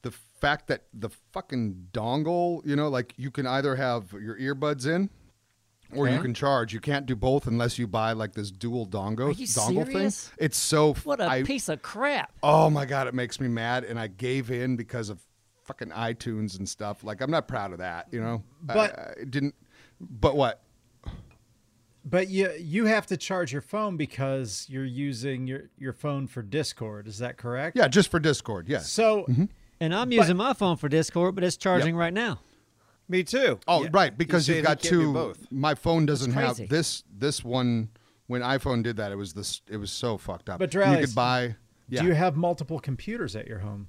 Speaker 3: the fact that the fucking dongle, you know, like you can either have your earbuds in or you can charge. You can't do both unless you buy like this dual dongo
Speaker 2: Are you
Speaker 3: dongle
Speaker 2: serious?
Speaker 3: thing. It's so f-
Speaker 2: What a
Speaker 3: I-
Speaker 2: piece of crap.
Speaker 3: oh my god, it makes me mad, and I gave in because of fucking iTunes and stuff. Like I'm not proud of that, you know. I-
Speaker 5: But-
Speaker 3: I, didn't. But what?
Speaker 5: But you you have to charge your phone because you're using your your phone for Discord. Is that correct?
Speaker 3: Yeah, Mm-hmm. just for Discord. Yeah.
Speaker 5: So
Speaker 2: And I'm using my phone for Discord, but it's charging right now.
Speaker 4: Me too.
Speaker 3: oh, right, because
Speaker 1: You're
Speaker 3: you've
Speaker 1: saying
Speaker 3: got
Speaker 1: he can't do
Speaker 3: two.
Speaker 1: both.
Speaker 3: My phone doesn't have
Speaker 2: crazy.
Speaker 3: this. This one, when iPhone did that, it was this. It was so fucked up.
Speaker 5: But
Speaker 3: you
Speaker 5: Dralis,
Speaker 3: could buy. Yeah.
Speaker 5: do you have multiple computers at your home?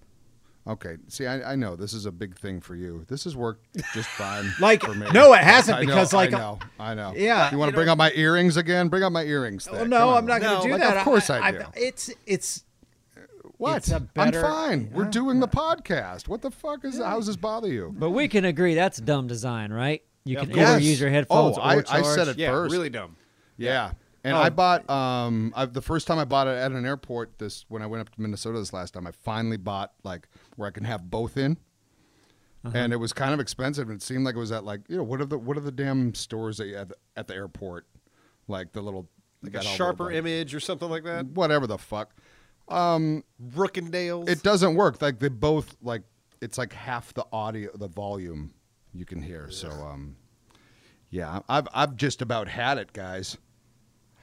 Speaker 3: okay. See, I, I know this is a big thing for you. This has worked just fine.
Speaker 5: Like,
Speaker 3: for me.
Speaker 5: no, it hasn't,
Speaker 3: I know,
Speaker 5: because, like,
Speaker 3: I know, I know.
Speaker 5: Yeah,
Speaker 3: You want
Speaker 5: you
Speaker 3: to bring
Speaker 5: know-
Speaker 3: up my earrings again? Bring up my earrings.
Speaker 5: Well,
Speaker 3: Thad.
Speaker 5: Oh, no,
Speaker 3: Come on.
Speaker 5: I'm not going to
Speaker 4: No,
Speaker 5: do
Speaker 3: like,
Speaker 5: that.
Speaker 3: Of course I, do.
Speaker 5: it's it's
Speaker 3: What?
Speaker 5: It's a better-
Speaker 3: I'm fine. We're
Speaker 5: Yeah.
Speaker 3: doing the podcast. What the fuck is? How does this bother you?
Speaker 2: But we can agree that's dumb design, right? You can
Speaker 3: course.
Speaker 2: either use your headphones
Speaker 3: Oh,
Speaker 2: or
Speaker 3: I- I
Speaker 2: charge.
Speaker 3: said it
Speaker 1: Yeah,
Speaker 3: first.
Speaker 1: really dumb. Oh.
Speaker 3: Yeah. And I bought um I, the first time I bought it at an airport this when I went up to Minnesota this last time I finally bought like where I can have both in.
Speaker 5: Uh-huh.
Speaker 3: And it was kind of expensive and it seemed like it was at like, you know, what are the what are the damn stores that you have at the airport? Like the little
Speaker 1: Like a
Speaker 3: got all the
Speaker 1: sharper
Speaker 3: little-
Speaker 1: image or something like that.
Speaker 3: whatever the fuck. Um,
Speaker 1: Brookendales.
Speaker 3: It doesn't work. Like they both like it's like half the audio the volume you can hear. So um yeah, I've I've just about had it, guys.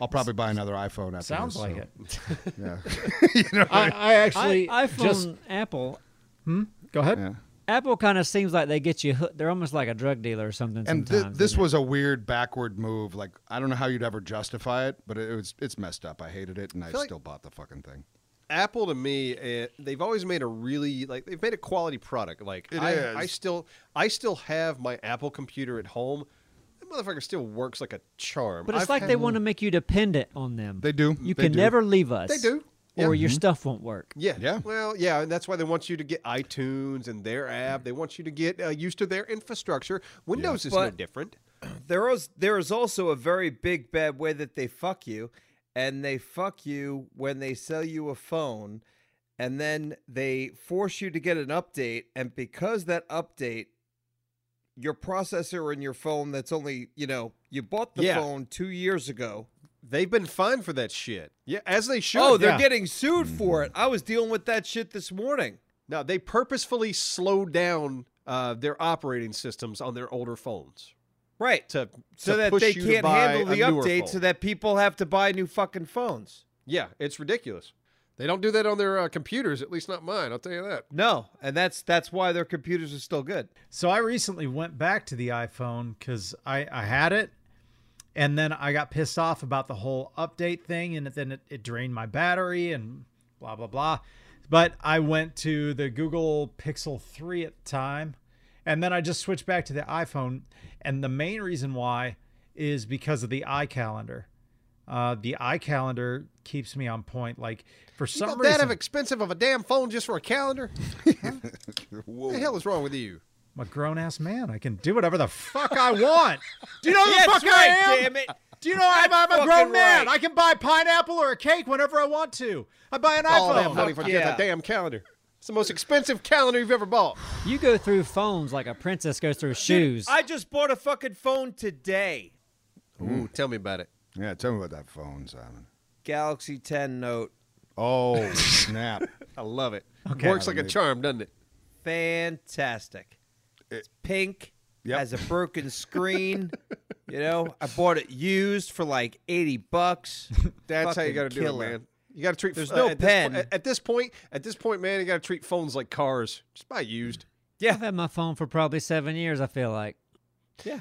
Speaker 3: I'll probably buy another iPhone after
Speaker 5: sounds
Speaker 3: this,
Speaker 5: like
Speaker 3: so,
Speaker 5: it.
Speaker 3: Yeah.
Speaker 5: I, I actually
Speaker 2: I, iPhone,
Speaker 5: just
Speaker 2: Apple,
Speaker 5: go ahead.
Speaker 3: Yeah.
Speaker 2: Apple kind of seems like they get you hooked. They're almost like a drug dealer or something.
Speaker 3: And thi-
Speaker 2: sometimes,
Speaker 3: this
Speaker 2: isn't it?
Speaker 3: was a weird backward move. Like I don't know how you'd ever justify it, but it, was it's messed up. I hated it, and I,
Speaker 1: feel like-
Speaker 3: still bought the fucking thing.
Speaker 1: Apple to me, eh, they've always made a really like they've made a quality product. Like
Speaker 3: It
Speaker 1: I,
Speaker 3: is.
Speaker 1: I still I still have my Apple computer at home. That motherfucker still works like a charm.
Speaker 2: But it's
Speaker 1: I've
Speaker 2: like
Speaker 1: had-
Speaker 2: they want to make you dependent on them.
Speaker 3: They do.
Speaker 2: You
Speaker 3: They
Speaker 2: can
Speaker 3: do. Mm-hmm.
Speaker 2: never leave us.
Speaker 1: They do.
Speaker 2: Or your stuff won't work.
Speaker 1: Yeah.
Speaker 3: Yeah.
Speaker 1: Well, yeah, and that's why they want you to get iTunes and their app. They want you to get uh, used to their infrastructure. Windows is no
Speaker 4: But-
Speaker 1: different.
Speaker 4: there is there is also a very big bad way that they fuck you, and they fuck you when they sell you a phone, and then they force you to get an update, and because that update, your processor in your phone that's only you know you bought the
Speaker 1: Yeah.
Speaker 4: phone two years ago.
Speaker 1: They've been fined for that shit. Yeah, as they should.
Speaker 4: Oh, they're
Speaker 5: yeah.
Speaker 4: getting sued for it. I was dealing with that shit this morning.
Speaker 1: Now they purposefully slowed down uh, their operating systems on their older phones
Speaker 4: Right.
Speaker 1: to
Speaker 4: so
Speaker 1: to
Speaker 4: that
Speaker 1: push
Speaker 4: they
Speaker 1: you to
Speaker 4: can't
Speaker 1: buy
Speaker 4: handle
Speaker 1: a
Speaker 4: the
Speaker 1: newer
Speaker 4: update
Speaker 1: phone.
Speaker 4: so that people have to buy new fucking phones.
Speaker 1: Yeah, it's ridiculous. They don't do that on their uh, computers, at least not mine. I'll tell you that.
Speaker 4: No, and that's that's why their computers are still good.
Speaker 5: So I recently went back to the iPhone because I, I had it, and then I got pissed off about the whole update thing, and then it, it drained my battery and blah blah blah. But I went to the Google Pixel 3 at the time, and then I just switched back to the iPhone. And the main reason why is because of the iCalendar. Uh, the iCalendar keeps me on point. Like for
Speaker 1: You
Speaker 5: some
Speaker 1: got
Speaker 5: reason,
Speaker 1: that of expensive of a damn phone just for a calendar?
Speaker 3: Whoa.
Speaker 1: What the hell is wrong with you?
Speaker 5: I'm a grown ass man. I can do whatever the fuck I want. Do you know who
Speaker 4: Yes,
Speaker 5: the fuck I
Speaker 4: right,
Speaker 5: am?
Speaker 4: damn it.
Speaker 5: Do you know I'm, I'm a
Speaker 4: fucking
Speaker 5: grown man?
Speaker 4: right.
Speaker 5: I can buy pineapple or a cake whenever I want to. I buy an
Speaker 1: All
Speaker 5: iPhone.
Speaker 1: Oh, that money for
Speaker 4: yeah.
Speaker 1: just a damn calendar. It's the most expensive calendar you've ever bought.
Speaker 2: You go through phones like a princess goes through shoes.
Speaker 4: I just bought a fucking phone today.
Speaker 1: Ooh, tell me about it.
Speaker 3: Yeah, tell me about that phone, Simon.
Speaker 4: Galaxy 10 Note.
Speaker 3: Oh, snap.
Speaker 1: I love it.
Speaker 5: Okay.
Speaker 1: Works like a charm, doesn't it?
Speaker 4: Fantastic. It's pink.
Speaker 3: Yep.
Speaker 4: Has a broken screen. you know, I bought it used for like 80 bucks.
Speaker 1: That's how you
Speaker 4: Fucking
Speaker 1: got to do
Speaker 4: killer.
Speaker 1: it, man. You got to treat.
Speaker 4: There's no
Speaker 1: at this po-
Speaker 4: pen.
Speaker 1: at- at this point, at this point, man, you got to treat phones like cars. Just buy used.
Speaker 2: I've had my phone for probably seven years. I feel like.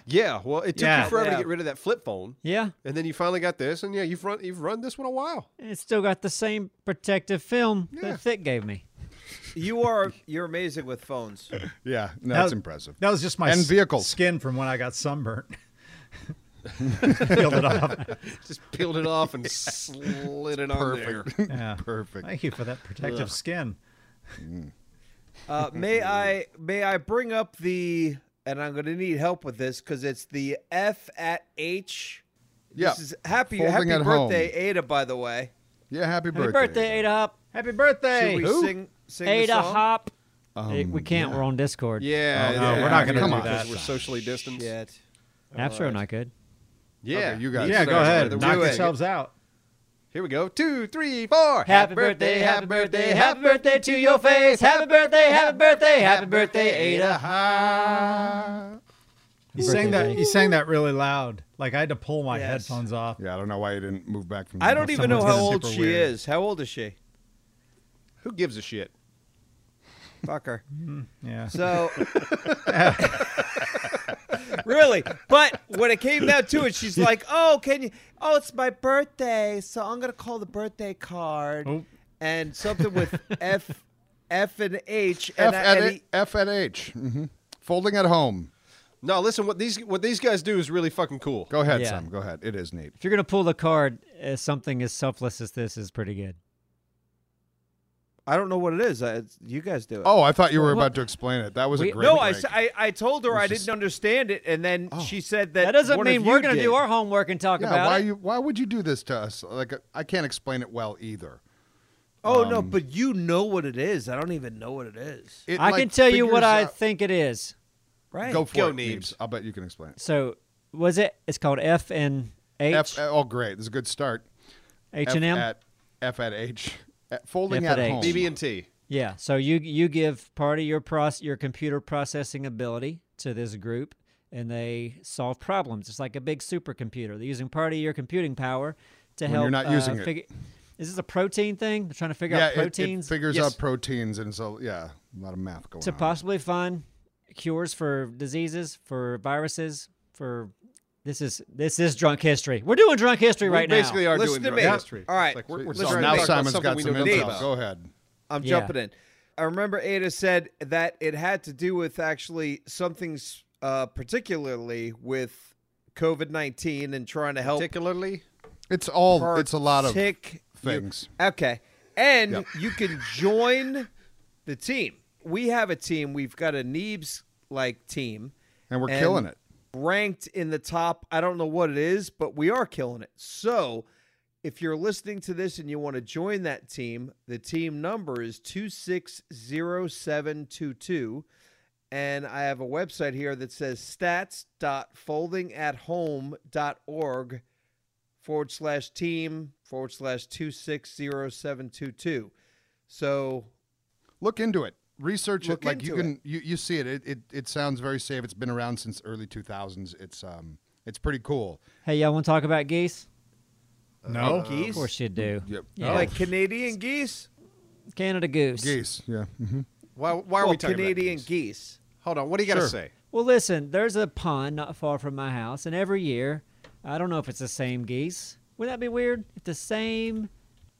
Speaker 1: Yeah. Well, it took
Speaker 5: Yeah.
Speaker 1: you forever
Speaker 4: Yeah.
Speaker 1: to get rid of that flip phone,
Speaker 2: Yeah,
Speaker 1: and then you finally got this, and yeah, you've run you've run this one a while.
Speaker 2: and it's still got the same protective film that Thick gave me.
Speaker 4: You are you're amazing with phones.
Speaker 3: Yeah, no,
Speaker 5: That
Speaker 3: that's
Speaker 5: was-
Speaker 3: impressive.
Speaker 5: That was just my
Speaker 3: And
Speaker 5: s-
Speaker 3: vehicles.
Speaker 5: skin from when I got sunburnt. Peeled it off.
Speaker 1: Just peeled it off and slid it on
Speaker 3: Perfect.
Speaker 1: there.
Speaker 5: Yeah.
Speaker 3: Perfect.
Speaker 5: Thank you for that protective skin.
Speaker 4: Uh, may I may I bring up the and I'm going to need help with this because it's the F at H.
Speaker 3: Yeah.
Speaker 4: This is happy
Speaker 3: Folding
Speaker 4: happy
Speaker 3: at home.
Speaker 4: birthday Ada by the way.
Speaker 3: Yeah, happy birthday.
Speaker 2: Happy birthday, Ada Hop.
Speaker 5: Happy birthday. Oh,
Speaker 4: Should we
Speaker 5: Who?
Speaker 4: sing sing the
Speaker 2: Ada
Speaker 4: song?
Speaker 2: Hop. Eh, we can't. We're on Discord.
Speaker 1: Yeah.
Speaker 5: Oh, no,
Speaker 1: yeah,
Speaker 5: we're not gonna
Speaker 1: come
Speaker 5: do
Speaker 1: on, 'cause
Speaker 5: that.
Speaker 1: We're socially distanced.
Speaker 4: Shit.
Speaker 2: After right. not good.
Speaker 1: Yeah.
Speaker 3: Okay, you guys.
Speaker 5: yeah, go
Speaker 1: Sorry,
Speaker 5: ahead.
Speaker 1: brother,
Speaker 5: Knock
Speaker 1: do it.
Speaker 5: yourselves out.
Speaker 1: Here we go. Two, three, four.
Speaker 2: Happy birthday, happy birthday, happy birthday to your face. Happy birthday, happy birthday, happy birthday, Ada.
Speaker 5: You
Speaker 2: Birthday
Speaker 5: sang that.
Speaker 2: buddy.
Speaker 5: You sang that really loud. Like I had to pull my
Speaker 4: Yes.
Speaker 5: headphones off.
Speaker 3: Yeah, I don't know why you didn't move back from
Speaker 4: I don't even know
Speaker 5: Someone's
Speaker 4: how
Speaker 5: gonna-
Speaker 4: old
Speaker 5: super
Speaker 4: she
Speaker 5: weird.
Speaker 4: is. How old is she?
Speaker 1: Who gives a shit?
Speaker 4: Fuck her.
Speaker 5: Yeah.
Speaker 4: So really, but when it came down to it, she's like, "Oh, can you? Oh, it's my birthday, so I'm gonna call the birthday card
Speaker 5: Oh.
Speaker 4: and something with F, F and H."
Speaker 3: F
Speaker 4: And I-
Speaker 3: at,
Speaker 4: and
Speaker 3: it,
Speaker 4: he-
Speaker 3: F at H. hmm Folding at home.
Speaker 1: No, listen. What these what these guys do is really fucking cool.
Speaker 3: Go ahead,
Speaker 2: Yeah.
Speaker 3: Simon. Go ahead. It is neat.
Speaker 2: If you're gonna pull the card, uh, something as selfless as this is pretty good.
Speaker 4: I don't know what it is. I, it's, you guys do it.
Speaker 3: Oh, I thought you were
Speaker 2: Well,
Speaker 3: about to explain it. That was
Speaker 2: we-
Speaker 3: a great
Speaker 4: no, I,
Speaker 3: break.
Speaker 4: s- I- I told her I didn't
Speaker 3: just-
Speaker 4: understand it, and then she said that
Speaker 2: That doesn't
Speaker 4: one of
Speaker 2: mean we're
Speaker 4: you
Speaker 2: gonna
Speaker 4: did.
Speaker 2: do our homework and talk
Speaker 3: yeah,
Speaker 2: about
Speaker 3: why
Speaker 2: it.
Speaker 3: you? Why would you do this to us? Like, I can't explain it well either.
Speaker 4: Oh no,
Speaker 3: Um,
Speaker 4: but you know what it is. I don't even know what it is.
Speaker 3: It,
Speaker 2: I
Speaker 3: like,
Speaker 2: can tell you
Speaker 3: figures
Speaker 2: what I
Speaker 3: out-
Speaker 2: think it is.
Speaker 4: Right?
Speaker 3: Go for
Speaker 1: Go,
Speaker 3: it,
Speaker 1: Neebs.
Speaker 3: Neebs. I'll bet you can explain it.
Speaker 2: So, was it? It's called F and H.
Speaker 3: F, oh, great. This is a good start.
Speaker 2: H
Speaker 3: F
Speaker 2: and M.
Speaker 3: at F at H. At- Folding
Speaker 2: F at
Speaker 3: at,
Speaker 2: H.
Speaker 3: home.
Speaker 1: BB and T.
Speaker 2: Yeah. So you you give part of your proce- your computer processing ability to this group, and they solve problems. It's like a big supercomputer. They're using part of your computing power to
Speaker 3: When
Speaker 2: help.
Speaker 3: you're not
Speaker 2: uh,
Speaker 3: using it.
Speaker 2: figure- Is this a protein thing? They're trying to figure
Speaker 3: yeah,
Speaker 2: out
Speaker 3: it-
Speaker 2: proteins
Speaker 3: It, figures
Speaker 1: Yes.
Speaker 3: out proteins, and so yeah, a lot of math going
Speaker 2: to
Speaker 3: on.
Speaker 2: possibly find cures for diseases, for viruses, for. This is this is drunk history. We're doing drunk history right
Speaker 1: we basically
Speaker 2: now.
Speaker 1: are
Speaker 4: Listen to
Speaker 1: doing
Speaker 4: me.
Speaker 1: drug history.
Speaker 4: All right.
Speaker 1: It's Like we're,
Speaker 3: So
Speaker 1: we're
Speaker 4: Listen
Speaker 1: trying
Speaker 3: now
Speaker 1: to talk
Speaker 3: Simon's
Speaker 1: about
Speaker 3: got some
Speaker 1: something we know
Speaker 3: intel.
Speaker 1: nothing
Speaker 3: Go
Speaker 1: about.
Speaker 3: ahead.
Speaker 4: I'm
Speaker 2: Yeah.
Speaker 4: jumping in. I remember Ada said that it had to do with actually something s- uh, particularly with COVID 19 and trying to help.
Speaker 1: Particularly,
Speaker 3: It's all. Oh, It's a lot of
Speaker 4: partic-
Speaker 3: things.
Speaker 4: you- okay. And
Speaker 3: Yep.
Speaker 4: you can join the team. We have a team. We've got a Neebs like team.
Speaker 3: And we're killing it.
Speaker 4: Ranked in the top. I don't know what it is, but we are killing it. So if you're listening to this and you want to join that team, the team number is 260722. And I have a website here that says stats.foldingathome.org forward slash team forward slash 260722. So,
Speaker 3: Look into it. Research
Speaker 4: Look
Speaker 3: it. Like you
Speaker 4: into
Speaker 3: can. You, you see it. It, it. it sounds very safe. It's been around since early 2000s. It's um. It's pretty cool.
Speaker 2: Hey, y'all want to talk about geese?
Speaker 5: No.
Speaker 4: geese?
Speaker 2: Of course you do.
Speaker 3: Yep. Oh.
Speaker 2: Yeah.
Speaker 4: Like Canadian geese?
Speaker 2: Canada Goose.
Speaker 3: Geese. Yeah. hmm
Speaker 1: why, why are
Speaker 4: Well,
Speaker 1: we talking
Speaker 4: Canadian
Speaker 1: about
Speaker 4: geese.
Speaker 1: these? Hold on. What do you got to
Speaker 3: Sure.
Speaker 1: say?
Speaker 2: Well, listen, there's a pond not far from my house, and every year, I don't know if it's the same geese. Would that be weird if the same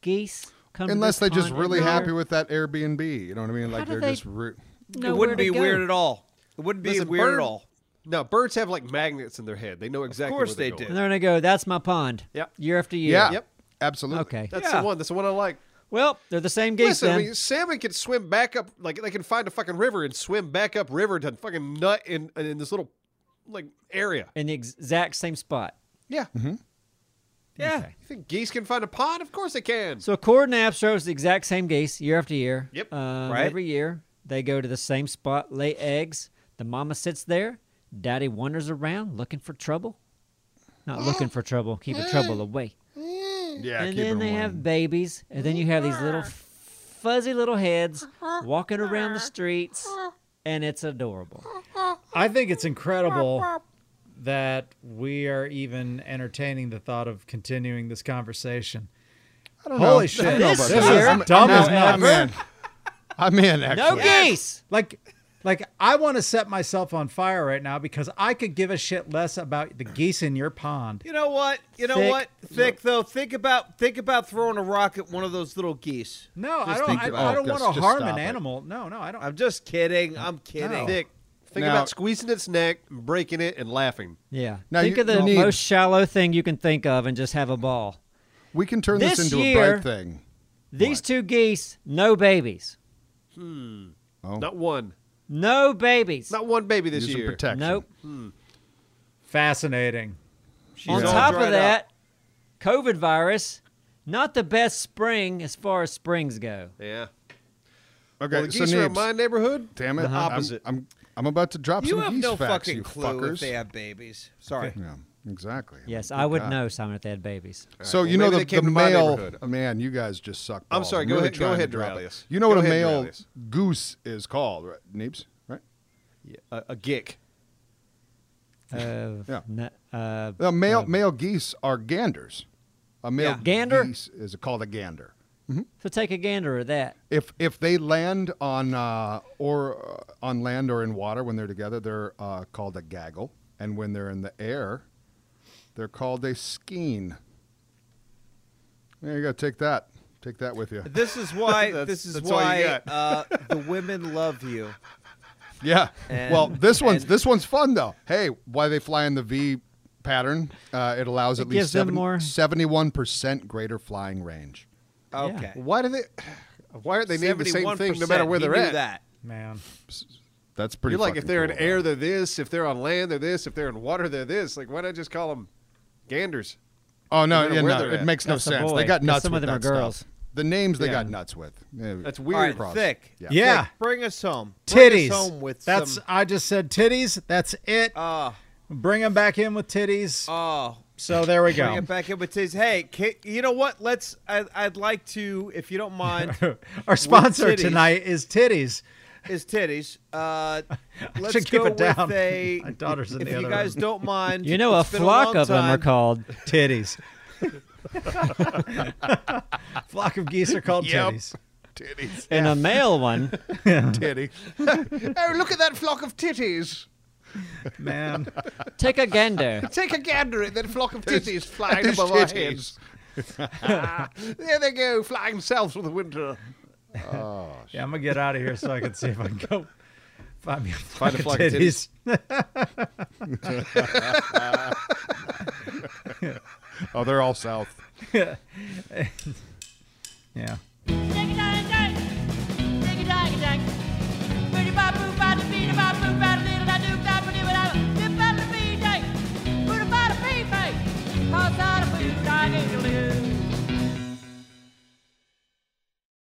Speaker 2: geese come?
Speaker 3: Unless
Speaker 2: to
Speaker 3: they're
Speaker 2: this
Speaker 3: just
Speaker 2: pond
Speaker 3: really
Speaker 2: every year?
Speaker 3: happy with that Airbnb. You know what I mean? Like
Speaker 2: do
Speaker 3: they're
Speaker 2: they-
Speaker 3: just. Re-
Speaker 2: Know
Speaker 4: it
Speaker 2: where
Speaker 4: wouldn't
Speaker 2: to
Speaker 4: be
Speaker 2: go.
Speaker 4: weird at all. It wouldn't be
Speaker 1: Listen,
Speaker 4: weird
Speaker 1: bird-
Speaker 4: at all.
Speaker 1: No, birds have like magnets in their head. They know exactly.
Speaker 4: course
Speaker 1: where they're
Speaker 4: they
Speaker 1: going.
Speaker 2: And they're gonna go. That's my pond.
Speaker 1: Yep.
Speaker 2: Year after year.
Speaker 3: Yeah.
Speaker 1: Yep.
Speaker 3: Absolutely.
Speaker 2: Okay.
Speaker 1: That's
Speaker 4: Yeah.
Speaker 1: the one. That's the one I like.
Speaker 2: Well, they're the same geese
Speaker 1: Listen, I
Speaker 2: then.
Speaker 1: mean, salmon can swim back up. Like they can find a fucking river and swim back up river to fucking nut in in this little like area.
Speaker 2: in the exact same spot.
Speaker 1: Yeah.
Speaker 4: Yeah.
Speaker 1: You think geese can find a pond? Of course they can.
Speaker 2: So Cord and Abstro is the exact same geese year after year.
Speaker 1: Yep.
Speaker 2: Um,
Speaker 4: Right.
Speaker 2: Every year they go to the same spot, lay eggs. The mama sits there. Daddy wanders around looking for trouble. Not looking for trouble, keeping trouble away.
Speaker 3: Yeah.
Speaker 2: and then
Speaker 3: keep them
Speaker 2: they
Speaker 3: warm.
Speaker 2: have babies, and then you have these little fuzzy little heads walking around the streets, and it's adorable.
Speaker 5: I think it's incredible that we are even entertaining the thought of continuing this conversation.
Speaker 3: I don't
Speaker 5: Holy
Speaker 3: know.
Speaker 5: shit.
Speaker 3: I don't know
Speaker 2: This
Speaker 3: about
Speaker 2: year-
Speaker 3: that.
Speaker 5: I'm dumb
Speaker 3: I'm,
Speaker 5: as
Speaker 3: I'm in.
Speaker 5: nuts.
Speaker 3: I'm in.
Speaker 2: No
Speaker 3: Actually.
Speaker 2: geese.
Speaker 5: Like like I want to set myself on fire right now because I could give a shit less about the geese in your pond.
Speaker 4: You know what? You know
Speaker 2: Thick.
Speaker 4: what? Thick though. Think about think about throwing a rock at one of those little geese.
Speaker 5: No, I
Speaker 4: Just
Speaker 5: don't
Speaker 4: think
Speaker 5: I,
Speaker 3: about
Speaker 5: I
Speaker 3: it.
Speaker 5: don't
Speaker 3: Just-
Speaker 5: want to
Speaker 3: just
Speaker 5: harm
Speaker 3: stop
Speaker 5: an
Speaker 3: it.
Speaker 5: animal. No, no, I don't
Speaker 4: I'm just kidding. I'm kidding.
Speaker 5: No.
Speaker 1: Think, think
Speaker 3: Now-
Speaker 1: about squeezing its neck, breaking it, and laughing.
Speaker 2: Yeah.
Speaker 3: Now
Speaker 2: think
Speaker 3: you-
Speaker 2: of the
Speaker 3: you need-
Speaker 2: most shallow thing you can think of and just have a ball.
Speaker 3: We can turn this,
Speaker 2: This
Speaker 3: into a
Speaker 2: year-
Speaker 3: bright thing.
Speaker 2: These two geese, no babies.
Speaker 3: Oh,
Speaker 1: Not one.
Speaker 2: No babies.
Speaker 1: Not one baby this
Speaker 3: use some
Speaker 1: year.
Speaker 3: protection.
Speaker 2: Nope.
Speaker 5: fascinating.
Speaker 2: On
Speaker 4: all
Speaker 2: top
Speaker 4: dried
Speaker 2: of
Speaker 4: out.
Speaker 2: that, COVID virus, not the best spring as far as springs go.
Speaker 1: Yeah.
Speaker 3: Okay.
Speaker 1: Well, the
Speaker 3: so
Speaker 1: geese are in
Speaker 3: Neebs,
Speaker 1: my neighborhood.
Speaker 3: Damn it!
Speaker 1: The
Speaker 3: I'm-
Speaker 1: opposite.
Speaker 3: I'm, I'm, I'm about to drop
Speaker 4: You
Speaker 3: some
Speaker 4: have
Speaker 3: geese
Speaker 4: no
Speaker 3: facts,
Speaker 4: fucking
Speaker 3: you
Speaker 4: clue
Speaker 3: fuckers.
Speaker 4: if they have babies. Sorry.
Speaker 3: Yeah, exactly.
Speaker 2: Yes,
Speaker 3: Good
Speaker 2: I would
Speaker 3: God.
Speaker 2: know, Simon, if they had babies.
Speaker 3: So
Speaker 1: well,
Speaker 3: you know
Speaker 1: maybe
Speaker 3: the,
Speaker 1: they came
Speaker 3: the
Speaker 1: to my
Speaker 3: male
Speaker 1: neighborhood.
Speaker 3: man, you guys just suck.
Speaker 1: I'm
Speaker 3: balls.
Speaker 1: sorry,
Speaker 3: I'm
Speaker 1: go
Speaker 3: really
Speaker 1: ahead- go
Speaker 3: trying to
Speaker 1: ahead,
Speaker 3: drop it.
Speaker 1: Duralius.
Speaker 3: You know
Speaker 1: Go
Speaker 3: what a
Speaker 1: ahead,
Speaker 3: male
Speaker 1: Duralius.
Speaker 3: goose is called, right? Neebs, right?
Speaker 1: Yeah, a, a gick.
Speaker 2: Uh,
Speaker 3: Yeah.
Speaker 2: n- uh,
Speaker 3: The male male geese are ganders. A male
Speaker 2: Yeah. Gander?
Speaker 3: geese is called a gander.
Speaker 2: so take a gander at that.
Speaker 3: If if they land on uh, or uh, on land or in water when they're together, they're uh, called a gaggle, and when they're in the air, they're called a skeen. There you go. Take that. Take that with you.
Speaker 4: This is why.
Speaker 1: That's-
Speaker 4: this is
Speaker 1: that's all you
Speaker 4: why uh, the women love you.
Speaker 3: Yeah. well,
Speaker 4: And-
Speaker 3: this one's
Speaker 4: and-
Speaker 3: this one's fun though. Hey, why they fly in the V pattern? Uh, it allows at
Speaker 2: It
Speaker 3: least
Speaker 2: gives them more-
Speaker 3: seventy-one percent greater flying range.
Speaker 4: Okay.
Speaker 1: Why do they? Why aren't they named the same thing no
Speaker 4: 71%,
Speaker 1: matter where
Speaker 4: he
Speaker 1: they're
Speaker 4: knew
Speaker 1: at?
Speaker 4: That.
Speaker 5: Man.
Speaker 3: That's pretty.
Speaker 1: You're like, if
Speaker 3: fucking
Speaker 1: they're in
Speaker 3: cool,
Speaker 1: air,
Speaker 3: though.
Speaker 1: they're this. If they're on land, they're this. If they're in water, they're this. Like, why not just call them ganders?
Speaker 3: oh
Speaker 1: no
Speaker 3: no,
Speaker 1: matter
Speaker 3: yeah,
Speaker 1: where
Speaker 3: no,
Speaker 1: they're
Speaker 3: it
Speaker 1: at.
Speaker 3: makes
Speaker 2: That's a
Speaker 3: no sense.
Speaker 2: boy,
Speaker 3: They
Speaker 2: 'cause
Speaker 3: got nuts.
Speaker 2: some of
Speaker 3: with
Speaker 2: them are
Speaker 3: that stuff.
Speaker 2: girls.
Speaker 3: The names they
Speaker 1: Yeah.
Speaker 3: got nuts with. Yeah.
Speaker 1: That's
Speaker 4: All
Speaker 1: weird.
Speaker 4: right,
Speaker 3: Cross.
Speaker 4: thick.
Speaker 3: Yeah.
Speaker 5: Yeah.
Speaker 4: Thick, bring us home. Bring
Speaker 5: Titties.
Speaker 4: us home with
Speaker 5: That's
Speaker 4: some.
Speaker 5: I just said titties. That's it.
Speaker 3: Uh,
Speaker 4: Oh,
Speaker 5: Bring them back in with titties.
Speaker 4: oh.
Speaker 5: so there we
Speaker 4: Bring
Speaker 5: go.
Speaker 4: it back in with today's. Hey, ca you know what? Let's. I, I'd like to, if you don't mind,
Speaker 5: Our sponsor
Speaker 4: titties.
Speaker 5: tonight is titties.
Speaker 4: is titties. Uh, let's
Speaker 5: should keep
Speaker 4: go
Speaker 5: it down.
Speaker 4: with a.
Speaker 5: My daughter's in
Speaker 4: if
Speaker 5: the
Speaker 4: you
Speaker 5: other
Speaker 4: guys
Speaker 5: room.
Speaker 4: don't mind,
Speaker 2: You know, a
Speaker 4: it's been
Speaker 2: flock
Speaker 4: long
Speaker 2: of them are
Speaker 4: time.
Speaker 2: called.
Speaker 5: Titties. Flock of geese are called titties.
Speaker 3: Titties.
Speaker 2: And a male one,
Speaker 3: Titty.
Speaker 1: oh, look at that flock of titties.
Speaker 5: Man.
Speaker 2: take a gander.
Speaker 1: Take a gander at that flock of titties flying
Speaker 3: there's
Speaker 1: above our
Speaker 3: titties.
Speaker 1: heads. Ah, there they go, flying south with the winter.
Speaker 5: Yeah, I'm gonna get out of here so I can see if I can go find me a flock,
Speaker 1: Find a
Speaker 5: of
Speaker 1: flock of
Speaker 5: titties.
Speaker 3: Oh, they're all south.
Speaker 5: yeah.
Speaker 7: Dig-a-dang-a-dang. Dig-a-dang-a-dang.